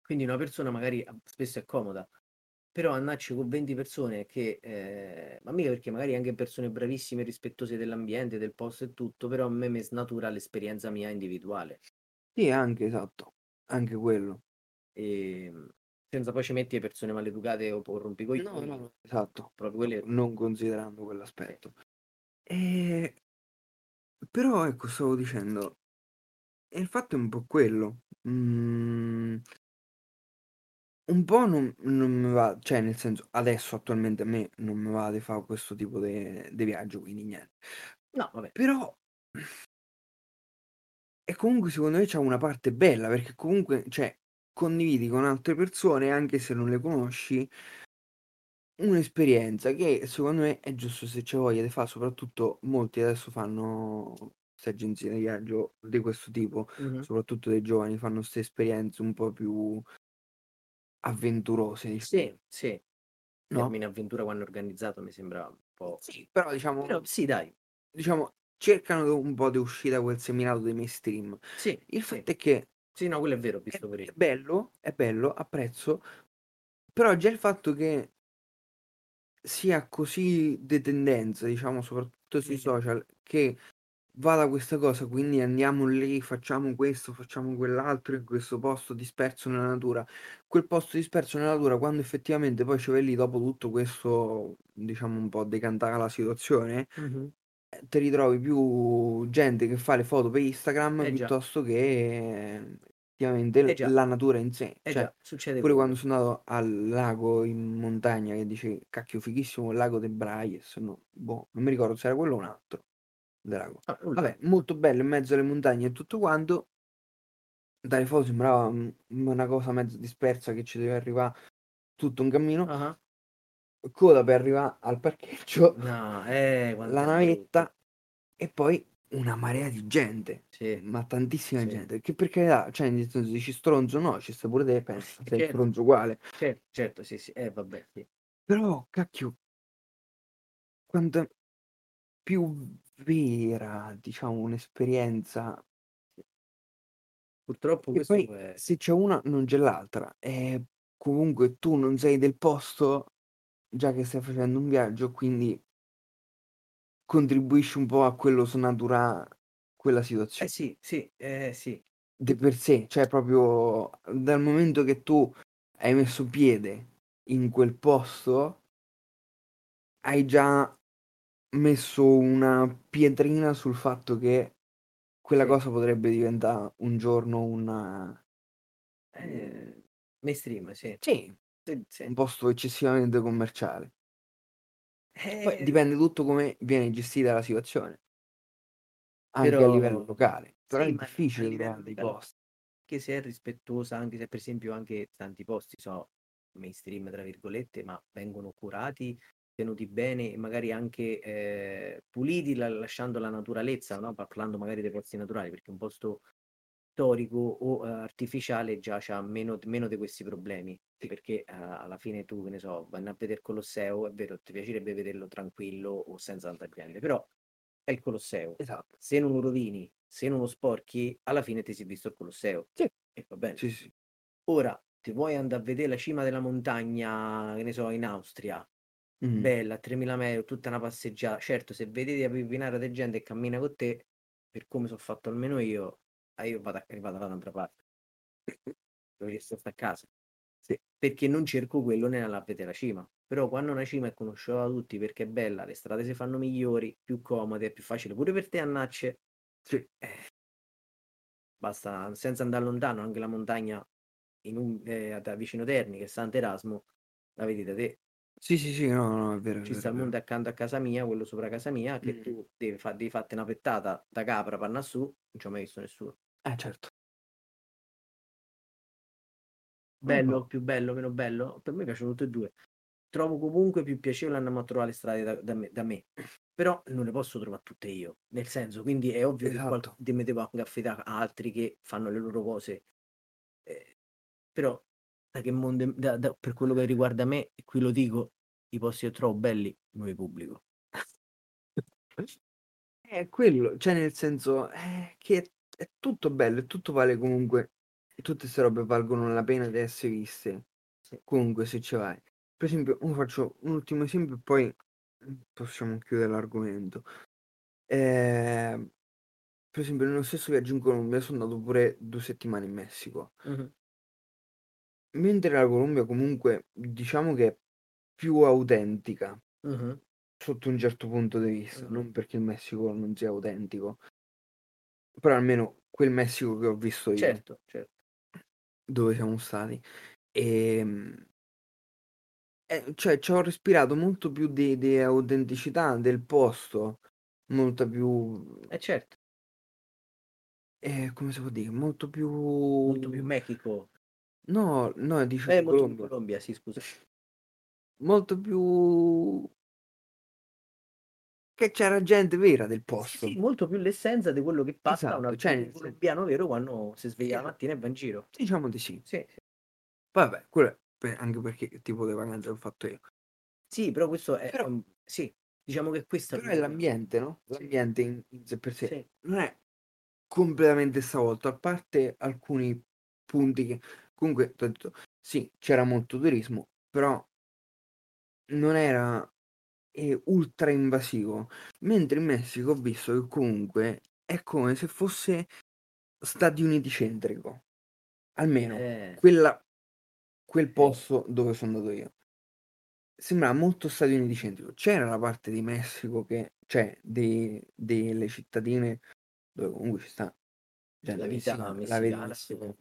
S2: Quindi una persona magari ah, spesso è comoda, però andarci con 20 persone che, eh, ma mica perché magari anche persone bravissime, rispettose dell'ambiente, del posto e tutto, però a me mi snatura l'esperienza mia individuale.
S1: Sì, anche esatto. Anche quello.
S2: E mm, senza poi ci metti le persone maleducate o, o rompicoglioni,
S1: Esatto.
S2: proprio quelle...
S1: Non considerando quell'aspetto. E... Però ecco, stavo dicendo, e il fatto è un po' quello. Mm, un po' non, non mi va, cioè nel senso, adesso attualmente a me non mi va di fare questo tipo di viaggio, quindi niente.
S2: No, vabbè,
S1: Però e comunque secondo me c'è una parte bella, perché comunque, cioè, condividi con altre persone, anche se non le conosci, un'esperienza che secondo me è giusto se c'è voglia di fare, soprattutto molti adesso fanno queste agenzie di viaggio di questo tipo,
S2: Mhm.
S1: soprattutto dei giovani, fanno queste esperienze un po' più avventurose.
S2: Sì, sì. Il
S1: No?
S2: termine avventura quando organizzato mi sembra un po'...
S1: Sì, però diciamo,
S2: Però sì, dai,
S1: diciamo, cercano un po' di uscire da quel seminato dei mainstream.
S2: sì.
S1: Il
S2: sì.
S1: fatto è che
S2: Sì, no, quello è vero, ho visto per
S1: è bello, è bello, apprezzo, però già il fatto che sia così di tendenza, diciamo, soprattutto sui
S2: Sì.
S1: social, che vada questa cosa, quindi andiamo lì, facciamo questo, facciamo quell'altro in questo posto disperso nella natura. Quel posto disperso nella natura, quando effettivamente poi ci vai lì dopo tutto questo, diciamo, un po' decantata la situazione,
S2: Mhm.
S1: eh, ti ritrovi più gente che fa le foto per Instagram
S2: Eh già.
S1: piuttosto che eh, effettivamente
S2: Eh
S1: l-
S2: già.
S1: la natura in sé.
S2: Eh
S1: Cioè,
S2: già, succede
S1: pure
S2: quello.
S1: quando sono andato al lago in montagna che dice cacchio fighissimo il lago de Braies, no, boh, non mi ricordo se era quello o un altro del lago.
S2: Ah, nulla.
S1: Vabbè, molto bello in mezzo alle montagne e tutto quanto. Dalle foto sembrava mm, una cosa mezzo dispersa che ci deve arrivare tutto un cammino.
S2: Ah,
S1: Coda per arrivare al parcheggio,
S2: No, eh, quanto
S1: la
S2: è brutto.
S1: navetta e poi una marea di gente.
S2: Sì,
S1: Ma tantissima
S2: Sì.
S1: gente, che per carità, cioè, nel senso, dici stronzo, no, ci sta pure te, pensa, sei
S2: Certo.
S1: stronzo uguale.
S2: certo, certo, sì, sì. Eh, vabbè, sì.
S1: Però, cacchio, quanta più vera, diciamo, un'esperienza.
S2: Purtroppo
S1: E
S2: questo
S1: poi
S2: è...
S1: se c'è una, non c'è l'altra. E comunque tu non sei del posto, già che stai facendo un viaggio, quindi contribuisci un po' a quello snaturà quella
S2: Eh
S1: situazione.
S2: sì, sì, eh sì.
S1: Di per sé, cioè proprio dal momento che tu hai messo piede in quel posto, hai già messo una pietrina sul fatto che quella
S2: sì.
S1: cosa potrebbe diventare un giorno una...
S2: Eh, mainstream, sì.
S1: Sì,
S2: Sì,
S1: un
S2: sì.
S1: posto eccessivamente commerciale. Poi
S2: Eh,
S1: dipende tutto come viene gestita la situazione, anche a livello
S2: però...
S1: locale. Però
S2: Sì,
S1: è
S2: ma a
S1: difficile
S2: livello
S1: trovare dei
S2: locale,
S1: posti.
S2: anche se è rispettosa, anche se per esempio anche tanti posti sono mainstream, tra virgolette, ma vengono curati, tenuti bene e magari anche eh, puliti, la- lasciando la naturalezza, no? parlando magari dei posti naturali, perché un posto storico o eh, artificiale già c'ha meno, meno di questi problemi. Perché eh, alla fine tu, che ne so, vanno a vedere il Colosseo, è vero, ti piacerebbe vederlo tranquillo o senza tanta gente, però è il Colosseo
S1: Esatto.
S2: se non lo rovini, se non lo sporchi, alla fine ti sei visto il Colosseo.
S1: Sì,
S2: E va bene.
S1: sì, sì.
S2: Ora, ti vuoi andare a vedere la cima della montagna, che ne so, in Austria,
S1: Mm.
S2: bella, a 3000 metri, tutta una passeggiata. Certo, se vedete avvicinare della gente e cammina con te, per come sono fatto almeno io, ah, io vado, a, vado dall'altra parte, perché sto a casa.
S1: Sì.
S2: Perché non cerco quello nella vedere la cima. Però quando una cima è conosciuta da tutti perché è bella, le strade si fanno migliori, più comode, è più facile pure per te annacce, Eh.
S1: Sì.
S2: basta senza andare lontano, anche la montagna in un- eh, da vicino Terni, che è Sant'Erasmo, la vedi da te.
S1: Sì, sì, sì, no, no, è vero, è
S2: Ci
S1: vero,
S2: sta
S1: è vero.
S2: il monte accanto a casa mia, quello sopra casa mia, che
S1: Mm.
S2: tu devi, fa- devi farti una pettata da capra, panna su, non ci ho mai visto nessuno.
S1: Eh, certo. Vabbè.
S2: Bello, più bello, meno bello, per me piacciono tutte e due. Trovo comunque più piacevole andare a trovare le strade da, da me, da me. però non le posso trovare tutte io, nel senso, quindi è ovvio che qual-
S1: Esatto.
S2: mi devo anche affidare a altri che fanno le loro cose. eh, però da che mondo, da- da- per quello che riguarda me, e qui lo dico, i posti che trovo belli non li pubblico.
S1: È quello, cioè nel senso eh, che è, è tutto bello, e tutto vale comunque, e tutte queste robe valgono la pena di essere viste,
S2: Sì.
S1: comunque se ci vai. Per esempio, io faccio un ultimo esempio e poi mm, possiamo chiudere l'argomento. Eh, per esempio, nello stesso viaggio in Colombia sono andato pure due settimane in Messico.
S2: Mhm.
S1: Mentre la Colombia comunque diciamo che è più autentica
S2: Mhm.
S1: sotto un certo punto di vista,
S2: Mhm.
S1: non perché il Messico non sia autentico. però almeno quel Messico che ho visto io,
S2: Certo, certo.
S1: dove siamo stati, ehm, eh, cioè ci ho respirato molto più di, di autenticità del posto, molta più,
S2: Eh certo,
S1: eh, come si può dire, molto
S2: molto più
S1: più,
S2: Mexico.
S1: no, no, dicevo
S2: Eh,
S1: in
S2: molto più
S1: Colombia,
S2: Colombia, sì, scusa.
S1: molto più... Che c'era gente vera del posto.
S2: Sì, sì, molto più l'essenza di quello che passa
S1: Esatto,
S2: un
S1: cioè,
S2: un colombiano vero quando si sveglia la mattina e va in giro.
S1: Diciamo di sì.
S2: Sì,
S1: Vabbè, quello è per- anche perché il tipo di vacanza l'ho fatto io.
S2: sì, però questo è...
S1: Però-
S2: um, sì, diciamo che questa...
S1: Però è l'ambiente, no?
S2: Sì.
S1: L'ambiente in, in sé per sé.
S2: Sì.
S1: non è completamente stravolto, a parte alcuni punti che comunque t'ho detto, sì, c'era molto turismo, però non era eh, ultra invasivo. Mentre in Messico ho visto che comunque è come se fosse Stati Uniti centrico. Almeno
S2: Eh,
S1: quella, quel posto dove sono andato io. Sembrava molto Stati Uniti centrico. C'era la parte di Messico che c'è dei- delle cittadine dove comunque ci sta gente
S2: la vita
S1: messicana, la vedi
S2: messicana,
S1: messicana.
S2: sì.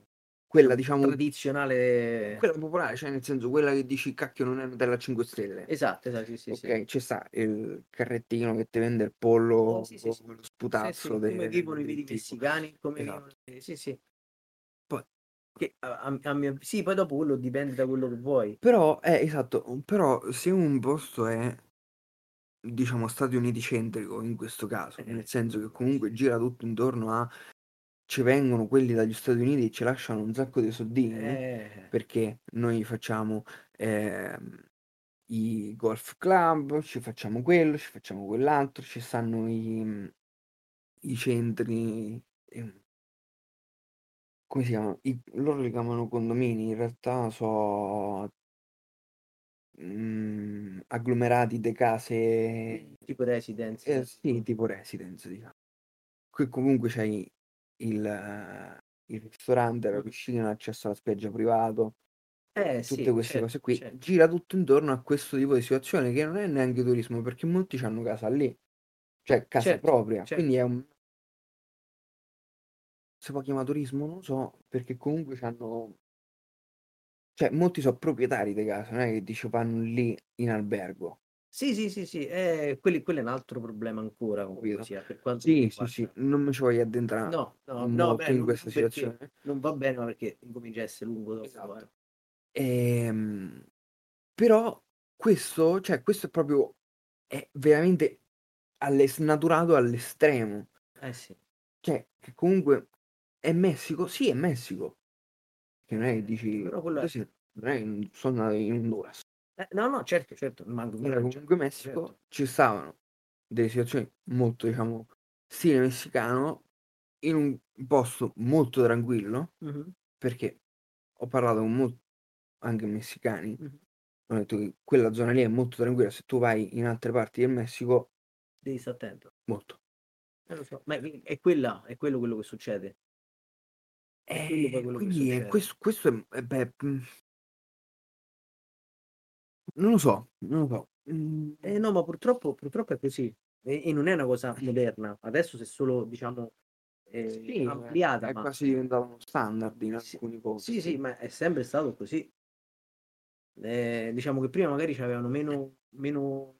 S1: quella diciamo
S2: tradizionale...
S1: quella popolare, cioè nel senso quella che dici cacchio non è della 5 stelle.
S2: Esatto, esatto, sì, sì,
S1: ok,
S2: sì.
S1: ci sta il carrettino che ti vende il pollo,
S2: Oh, sì, sì, sì.
S1: con lo
S2: Sì,
S1: sputazzo
S2: sì,
S1: de-
S2: come vivono
S1: del
S2: i veri
S1: tipo.
S2: messicani, come
S1: Esatto.
S2: vivono- sì, sì.
S1: Poi-
S2: Che, a- a- a mio- sì, poi dopo quello dipende da quello che vuoi.
S1: Però, eh, esatto, però se un posto è, diciamo, Stati Uniti centrico in questo caso,
S2: Eh.
S1: nel senso che comunque gira tutto intorno a ci vengono quelli dagli Stati Uniti e ci lasciano un sacco di soldini,
S2: Eh,
S1: perché noi facciamo ehm, i golf club, ci facciamo quello, ci facciamo quell'altro, ci stanno i, i centri, ehm, come si chiamano? I- loro li chiamano condomini, in realtà so mm, agglomerati di case,
S2: tipo residence.
S1: eh, sì, tipo residence, diciamo. Qui comunque c'hai il, eh, il ristorante, la piscina, l'accesso alla spiaggia privato.
S2: Eh,
S1: tutte
S2: sì,
S1: queste
S2: certo,
S1: cose qui
S2: certo.
S1: gira tutto intorno a questo tipo di situazione che non è neanche turismo perché molti hanno casa lì cioè casa
S2: Certo,
S1: propria
S2: certo.
S1: quindi è un si può chiamare turismo non lo so perché comunque hanno cioè molti sono proprietari di casa non è che dice vanno lì in albergo
S2: Sì, sì, sì, sì, eh, quelli- quello è un altro problema ancora, comunque
S1: Capito?
S2: sia, per quanto mi
S1: sì sì
S2: riguarda.
S1: sì non mi ci voglio addentrare
S2: No, no, no,
S1: molto
S2: beh,
S1: in
S2: non-
S1: questa
S2: perché
S1: situazione
S2: non va bene, ma perché incomincia a essere lungo dopo.
S1: Esatto.
S2: eh.
S1: Ehm, però questo, cioè, questo è proprio è veramente alle- snaturato all'estremo.
S2: Eh, sì.
S1: Cioè, che comunque è Messico, sì, è Messico. Che non è che dici,
S2: Però quello è-
S1: "Sì, non è che sono andato in Honduras.
S2: Eh, no, no, certo, certo, ma
S1: Era comunque Messico,
S2: certo.
S1: ci stavano delle situazioni molto, diciamo, stile messicano, in un posto molto tranquillo,
S2: Mhm,
S1: perché ho parlato con molti anche messicani
S2: mhm.
S1: hanno detto che quella zona lì è molto tranquilla. Se tu vai in altre parti del Messico,
S2: Devi stare attento.
S1: molto.
S2: Eh, lo so, ma è, è quella, è quello quello che succede. È quello poi
S1: Eh,
S2: quello che
S1: quindi è
S2: succede.
S1: questo, questo è, eh, beh, mm, non lo so, non lo so. Mm,
S2: Eh no, ma purtroppo, purtroppo è così. E, e non è una cosa moderna. Adesso si è solo, diciamo, eh,
S1: sì,
S2: ampliata.
S1: è
S2: ma...
S1: quasi diventato uno standard in
S2: Sì,
S1: alcuni posti.
S2: Sì, sì, ma è sempre stato così. Eh, diciamo che prima magari c'avevano meno, meno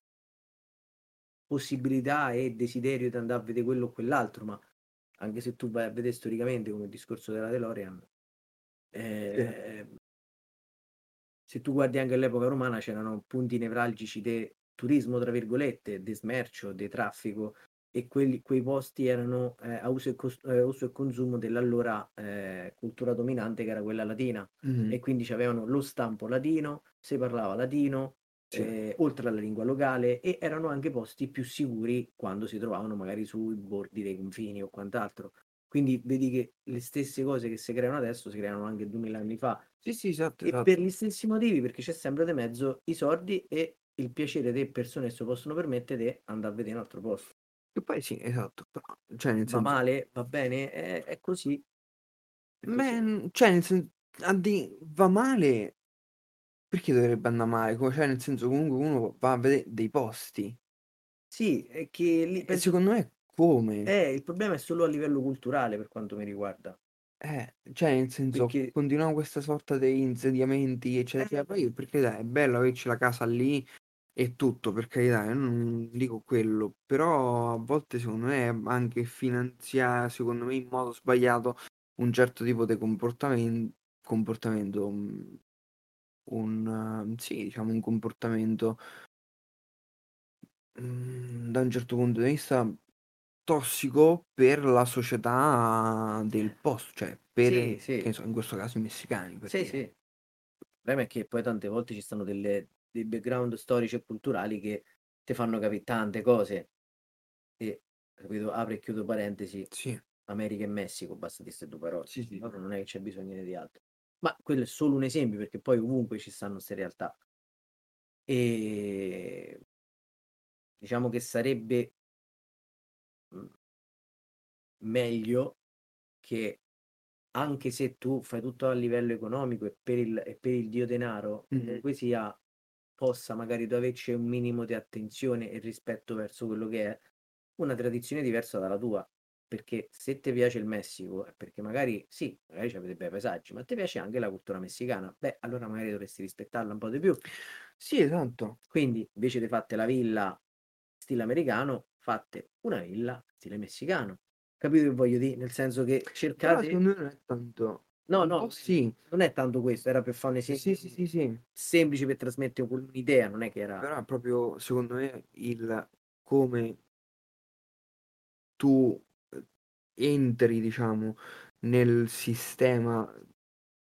S2: possibilità e desiderio di andare a vedere quello o quell'altro, ma anche se tu vai a vedere storicamente, come il discorso della DeLorean, eh, se tu guardi anche all'epoca romana c'erano punti nevralgici di turismo, tra virgolette, di smercio, di traffico, e quelli- quei posti erano eh, a uso e, cos- eh, uso e consumo dell'allora eh, cultura dominante che era quella latina
S1: Mhm,
S2: e quindi avevano lo stampo latino, si parlava latino,
S1: sì.
S2: eh, oltre alla lingua locale, e erano anche posti più sicuri quando si trovavano magari sui bordi dei confini o quant'altro. Quindi vedi che le stesse cose che si creano adesso si creano anche duemila anni fa
S1: Sì, sì, esatto,
S2: e
S1: esatto.
S2: per gli stessi motivi, perché c'è sempre di mezzo i soldi e il piacere delle persone che si possono permettere di andare a vedere un altro posto.
S1: Che poi sì, esatto. però, cioè, nel
S2: Va
S1: senso,
S2: male, va bene, è, è così. È così.
S1: beh, n- cioè, nel sen- a di- va male. Perché dovrebbe andare male? Co- Cioè, nel senso, comunque uno va a vedere dei posti.
S2: Sì, è che lì
S1: E
S2: penso-
S1: secondo me come?
S2: eh, il problema è solo a livello culturale per quanto mi riguarda.
S1: Eh, cioè, nel senso,
S2: Perché
S1: continuiamo questa sorta di insediamenti, eccetera,
S2: Eh,
S1: eccetera. Poi, per carità, è bello averci la casa lì e tutto, per carità, io non dico quello, però a volte secondo me è anche finanziare, secondo me in modo sbagliato, un certo tipo di comportamen- comportamento, mh, un, eh, sì, diciamo un comportamento mm, da un certo punto di vista tossico per la società del posto, cioè per,
S2: Sì, sì.
S1: che ne so, in questo caso i messicani. per
S2: Sì,
S1: dire.
S2: sì. Il problema è che poi tante volte ci stanno delle, dei background storici e culturali che ti fanno capire tante cose. E, capito, apro e chiudo parentesi,
S1: Sì.
S2: America e Messico, basta di queste due parole.
S1: Sì, sì.
S2: Allora non è che c'è bisogno di altro. Ma quello è solo un esempio, perché poi ovunque ci stanno queste realtà. E diciamo che sarebbe mm, meglio che anche se tu fai tutto a livello economico e per il, e per il dio denaro,
S1: Mhm.
S2: comunque sia, possa magari tu averci un minimo di attenzione e rispetto verso quello che è una tradizione diversa dalla tua. Perché se ti piace il Messico, è perché magari sì, magari ci avete bei paesaggi, ma ti piace anche la cultura messicana, beh, allora magari dovresti rispettarla un po' di più.
S1: Sì, esatto.
S2: Quindi invece di fatte la villa stile americano, fate una villa stile messicano. Capito che voglio dire? Nel senso che
S1: Però
S2: cercate...
S1: secondo me non è tanto...
S2: No, no,
S1: Oh, sì.
S2: non è tanto questo, era per fare un
S1: Sì,
S2: esempio
S1: sì, sì, sì, sì.
S2: semplice per trasmettere un- un'idea, non è che era...
S1: Però è proprio, secondo me, il come tu eh, entri, diciamo, nel sistema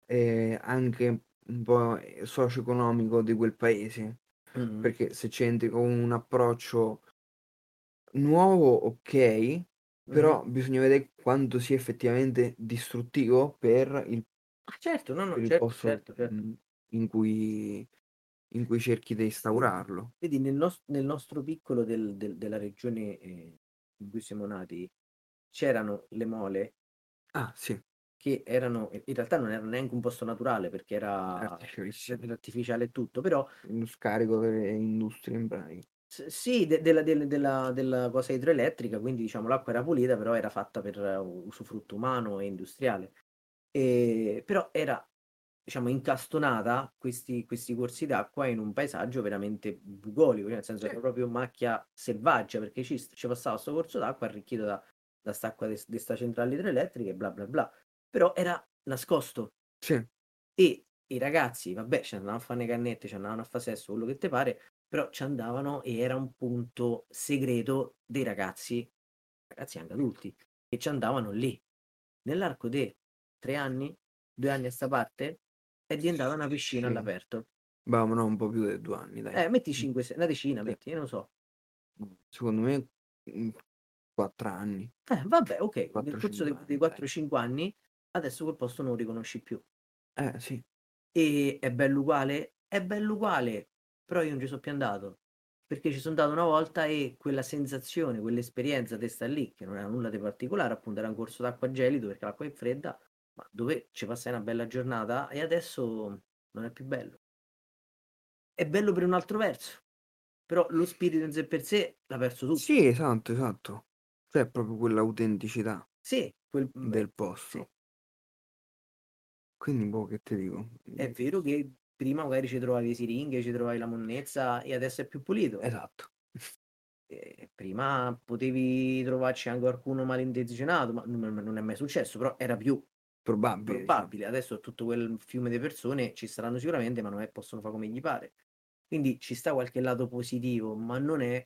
S1: eh, anche un po' eh, socio-economico di quel paese.
S2: Mm.
S1: perché se c'entri con un approccio nuovo, ok,
S2: Mm-hmm.
S1: però bisogna vedere quanto sia effettivamente distruttivo per il,
S2: Ah, certo, no, no,
S1: per il
S2: certo,
S1: posto Mm.
S2: certo, certo.
S1: mh, in cui, in cui cerchi di instaurarlo.
S2: Vedi, nel, nos- nel nostro piccolo del- del- della regione eh, in cui siamo nati, c'erano le mole
S1: Ah, sì,
S2: che erano, in realtà non era neanche un posto naturale perché era
S1: artificialissimo.
S2: artificiale e tutto, però
S1: Ah, Uno scarico delle industrie in pratica.
S2: S- Sì, de- della, del- della- della cosa idroelettrica, quindi diciamo l'acqua era pulita, però era fatta per eh, usufrutto umano e industriale. E, però era, diciamo, incastonata questi, questi corsi d'acqua in un paesaggio veramente bucolico, nel senso
S1: Sì.
S2: era proprio macchia selvaggia, perché ci, ci passava questo corso d'acqua arricchito da, da st'acqua di questa centrale idroelettrica e bla bla bla. Però era nascosto
S1: Sì,
S2: e i ragazzi, vabbè, ci andavano a fare le cannette, ci andavano a fare sesso, quello che te pare, però ci andavano e era un punto segreto dei ragazzi, ragazzi anche adulti, che ci andavano lì. Nell'arco di tre anni, due anni a sta parte, è diventata una piscina
S1: Sì.
S2: all'aperto.
S1: bah, ma no, un po' più di due anni, dai.
S2: Eh, metti 5, una decina,
S1: Sì.
S2: metti, io non so.
S1: Secondo me, mh, quattro anni.
S2: Eh, vabbè, ok, nel
S1: 4-5
S2: corso dei,
S1: anni,
S2: dei
S1: dai.
S2: 4-5 anni, adesso quel posto non lo riconosci più.
S1: Eh, sì.
S2: E è bello uguale? È bello uguale, però io non ci sono più andato. Perché ci sono andato una volta e quella sensazione, quell'esperienza testa lì, che non era nulla di particolare, appunto era un corso d'acqua gelido perché l'acqua è fredda, ma dove ci passai una bella giornata e adesso non è più bello. È bello per un altro verso, però lo spirito in sé per sé l'ha perso tutto.
S1: Sì, esatto, esatto. Cioè, proprio quell'autenticità
S2: Sì, quel-
S1: del
S2: sì.
S1: posto. Quindi, boh, che ti dico? Mm,
S2: è vero che prima magari ci trovavi le siringhe, ci trovavi la monnezza e adesso è più pulito.
S1: Esatto.
S2: eh, prima potevi trovarci anche qualcuno malintenzionato, ma non non è mai successo, però era più
S1: Probabile. diciamo.
S2: probabile. Adesso tutto quel fiume di persone ci saranno sicuramente, ma non è possono fare come gli pare. Quindi ci sta qualche lato positivo, ma non è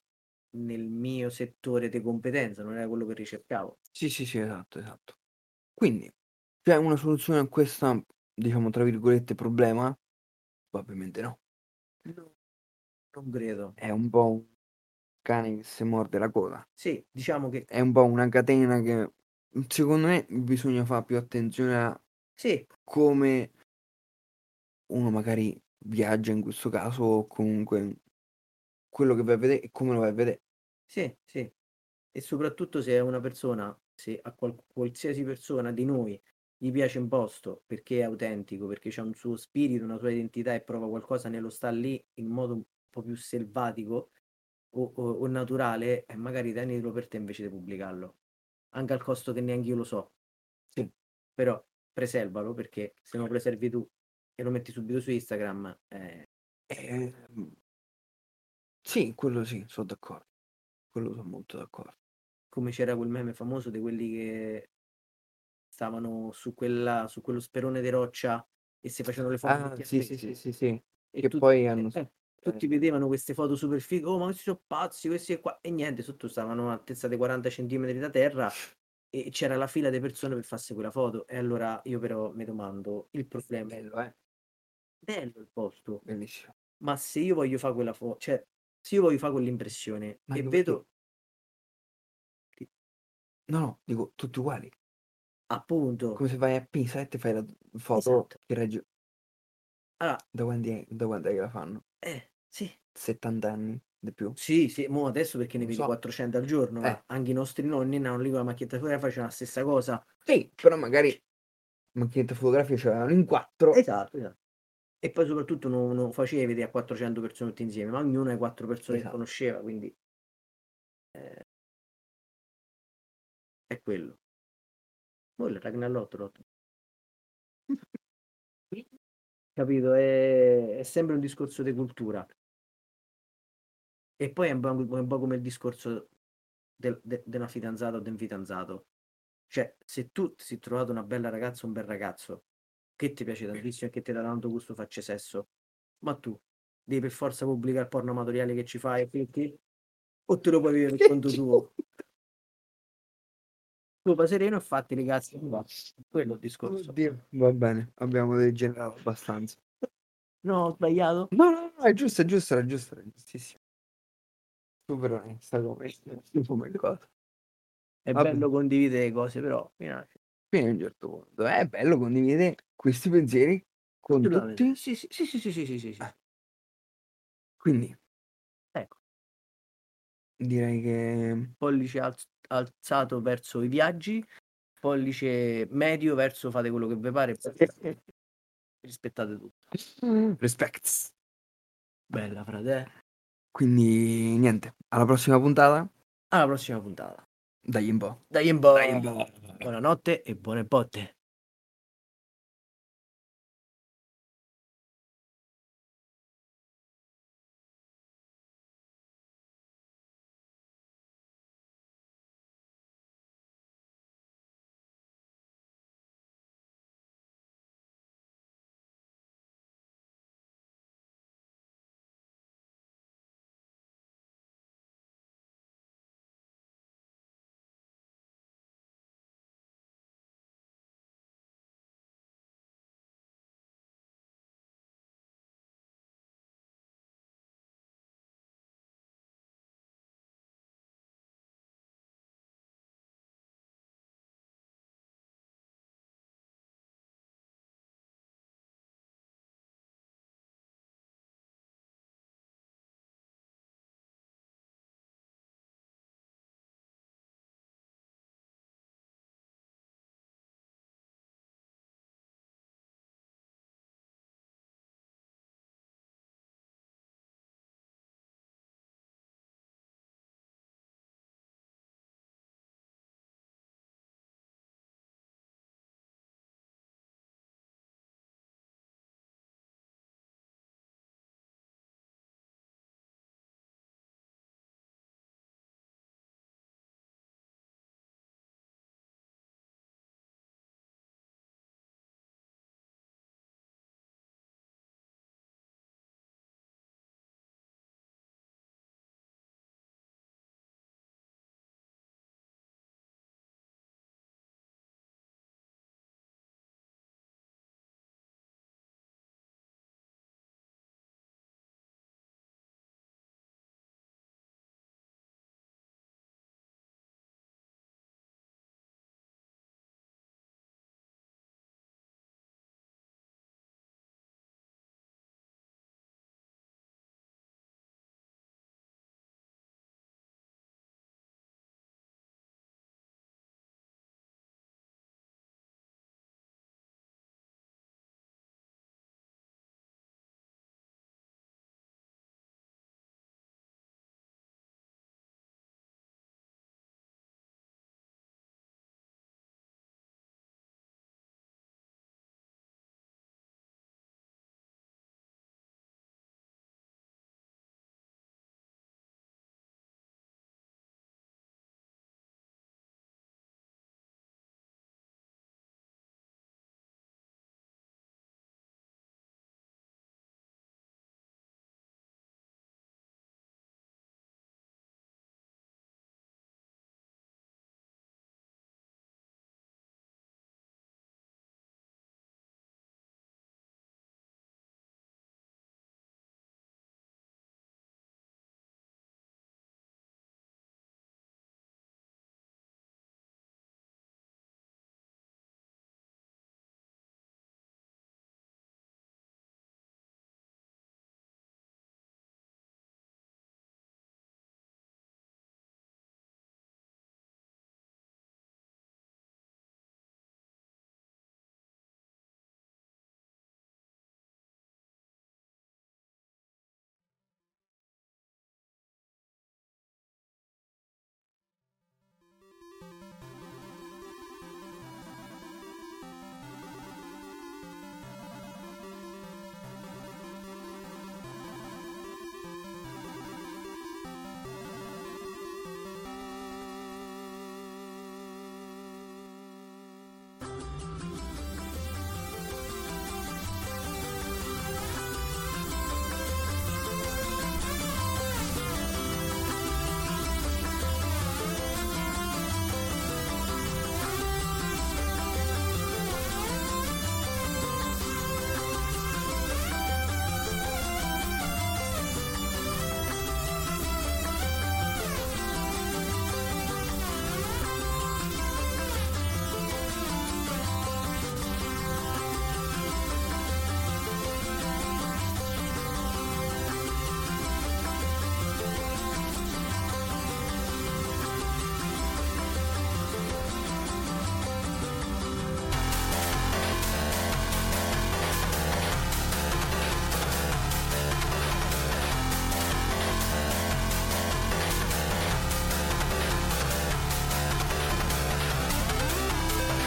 S2: nel mio settore di competenza, non era quello che ricercavo.
S1: Sì, sì, sì, esatto, esatto. Quindi, c'è una soluzione a questa, diciamo, tra virgolette, problema? Probabilmente no.
S2: No, non credo.
S1: È un po' un cane che si morde la coda.
S2: Sì, diciamo che
S1: È un po' una catena che, secondo me, bisogna fare più attenzione a
S2: sì,
S1: come uno magari viaggia in questo caso o comunque quello che vai a vedere e come lo vai a vedere.
S2: sì, sì. E soprattutto se è una persona, se a qual- qualsiasi persona di noi gli piace un posto perché è autentico, perché c'è un suo spirito, una sua identità e prova qualcosa nello star lì in modo un po' più selvatico o, o- o naturale, e magari tenetelo per te invece di pubblicarlo, anche al costo che neanche io lo so.
S1: Sì.
S2: Però preservalo perché se non lo preservi tu e lo metti subito su Instagram, eh,
S1: Eh, sì, quello sì, sono d'accordo. Quello sono molto d'accordo.
S2: come c'era quel meme famoso di quelli che stavano su, quella, su quello sperone di roccia e si facevano le foto
S1: Ah,
S2: tutti a
S1: sì,
S2: fresco.
S1: sì, sì, sì, sì.
S2: E
S1: Che
S2: tutti-
S1: poi hanno...
S2: eh, tutti vedevano queste foto super fighe, oh ma questi sono pazzi, questi qua, e niente, sotto stavano a altezza di 40 centimetri da terra e c'era la fila di persone per farsi quella foto. E allora io però mi domando, il problema è
S1: Bello, eh?
S2: bello il posto,
S1: Bellissimo.
S2: ma se io voglio fare quella foto, cioè se io voglio fare quell'impressione
S1: Ma
S2: e
S1: dove-
S2: vedo
S1: No, no, dico, tutti uguali.
S2: appunto,
S1: Come se vai a Pisa e ti fai la foto
S2: Esatto.
S1: che raggi-
S2: Allora-
S1: da, quando è, da quando è che la fanno?
S2: eh, sì,
S1: 70 anni di più?
S2: sì, sì, mo adesso perché ne
S1: Non
S2: vedi
S1: so.
S2: 400 al giorno, ma
S1: Eh.
S2: anche i nostri nonni andavano lì con la macchietta fotografica, facevano la stessa cosa.
S1: Sì, però magari Eh, macchinette fotografiche ce l'avevano cioè, in quattro.
S2: Esatto, esatto. E poi soprattutto non, non facevi vedere a 400 persone tutte insieme, ma ognuna è quattro persone che
S1: Esatto.
S2: conosceva, quindi eh, è quello. Poi il Ragnarotto, Rotto. capito? È, è sempre un discorso di cultura. E poi è un po', un po' come il discorso del- de- della fidanzata o del fidanzato. Cioè, se tu ti sei trovato una bella ragazza o un bel ragazzo che ti piace tantissimo e che ti dà tanto gusto faccia sesso, ma tu devi per forza pubblicare il porno amatoriale che ci fai perché? o te lo puoi vivere per conto tuo? Tu va sereno e fatti le cazzi che ti va. Quello è il discorso.
S1: Oddio, va bene, abbiamo degenerato abbastanza.
S2: No, ho sbagliato.
S1: No, no, no, è giusto, è giusto, era giusto, era giustissimo. Super onesta come, come cosa.
S2: È
S1: Vabbè.
S2: bello condividere le cose, però mi piace.
S1: Fino a un certo punto. È bello condividere questi pensieri con tutti.
S2: Sì, Eh. sì, sì, sì, sì, sì, sì, sì, sì.
S1: Ah. Quindi
S2: Ecco,
S1: direi che
S2: pollice alz- alzato verso i viaggi, pollice medio verso fate quello che vi pare, rispettate tutto.
S1: Mm. respects.
S2: Bella, frate. eh.
S1: Quindi niente, alla prossima puntata.
S2: Alla prossima puntata.
S1: Dagli un po'.
S2: Dai in bo'.
S1: Dai in bo'.
S2: Buonanotte e buone botte.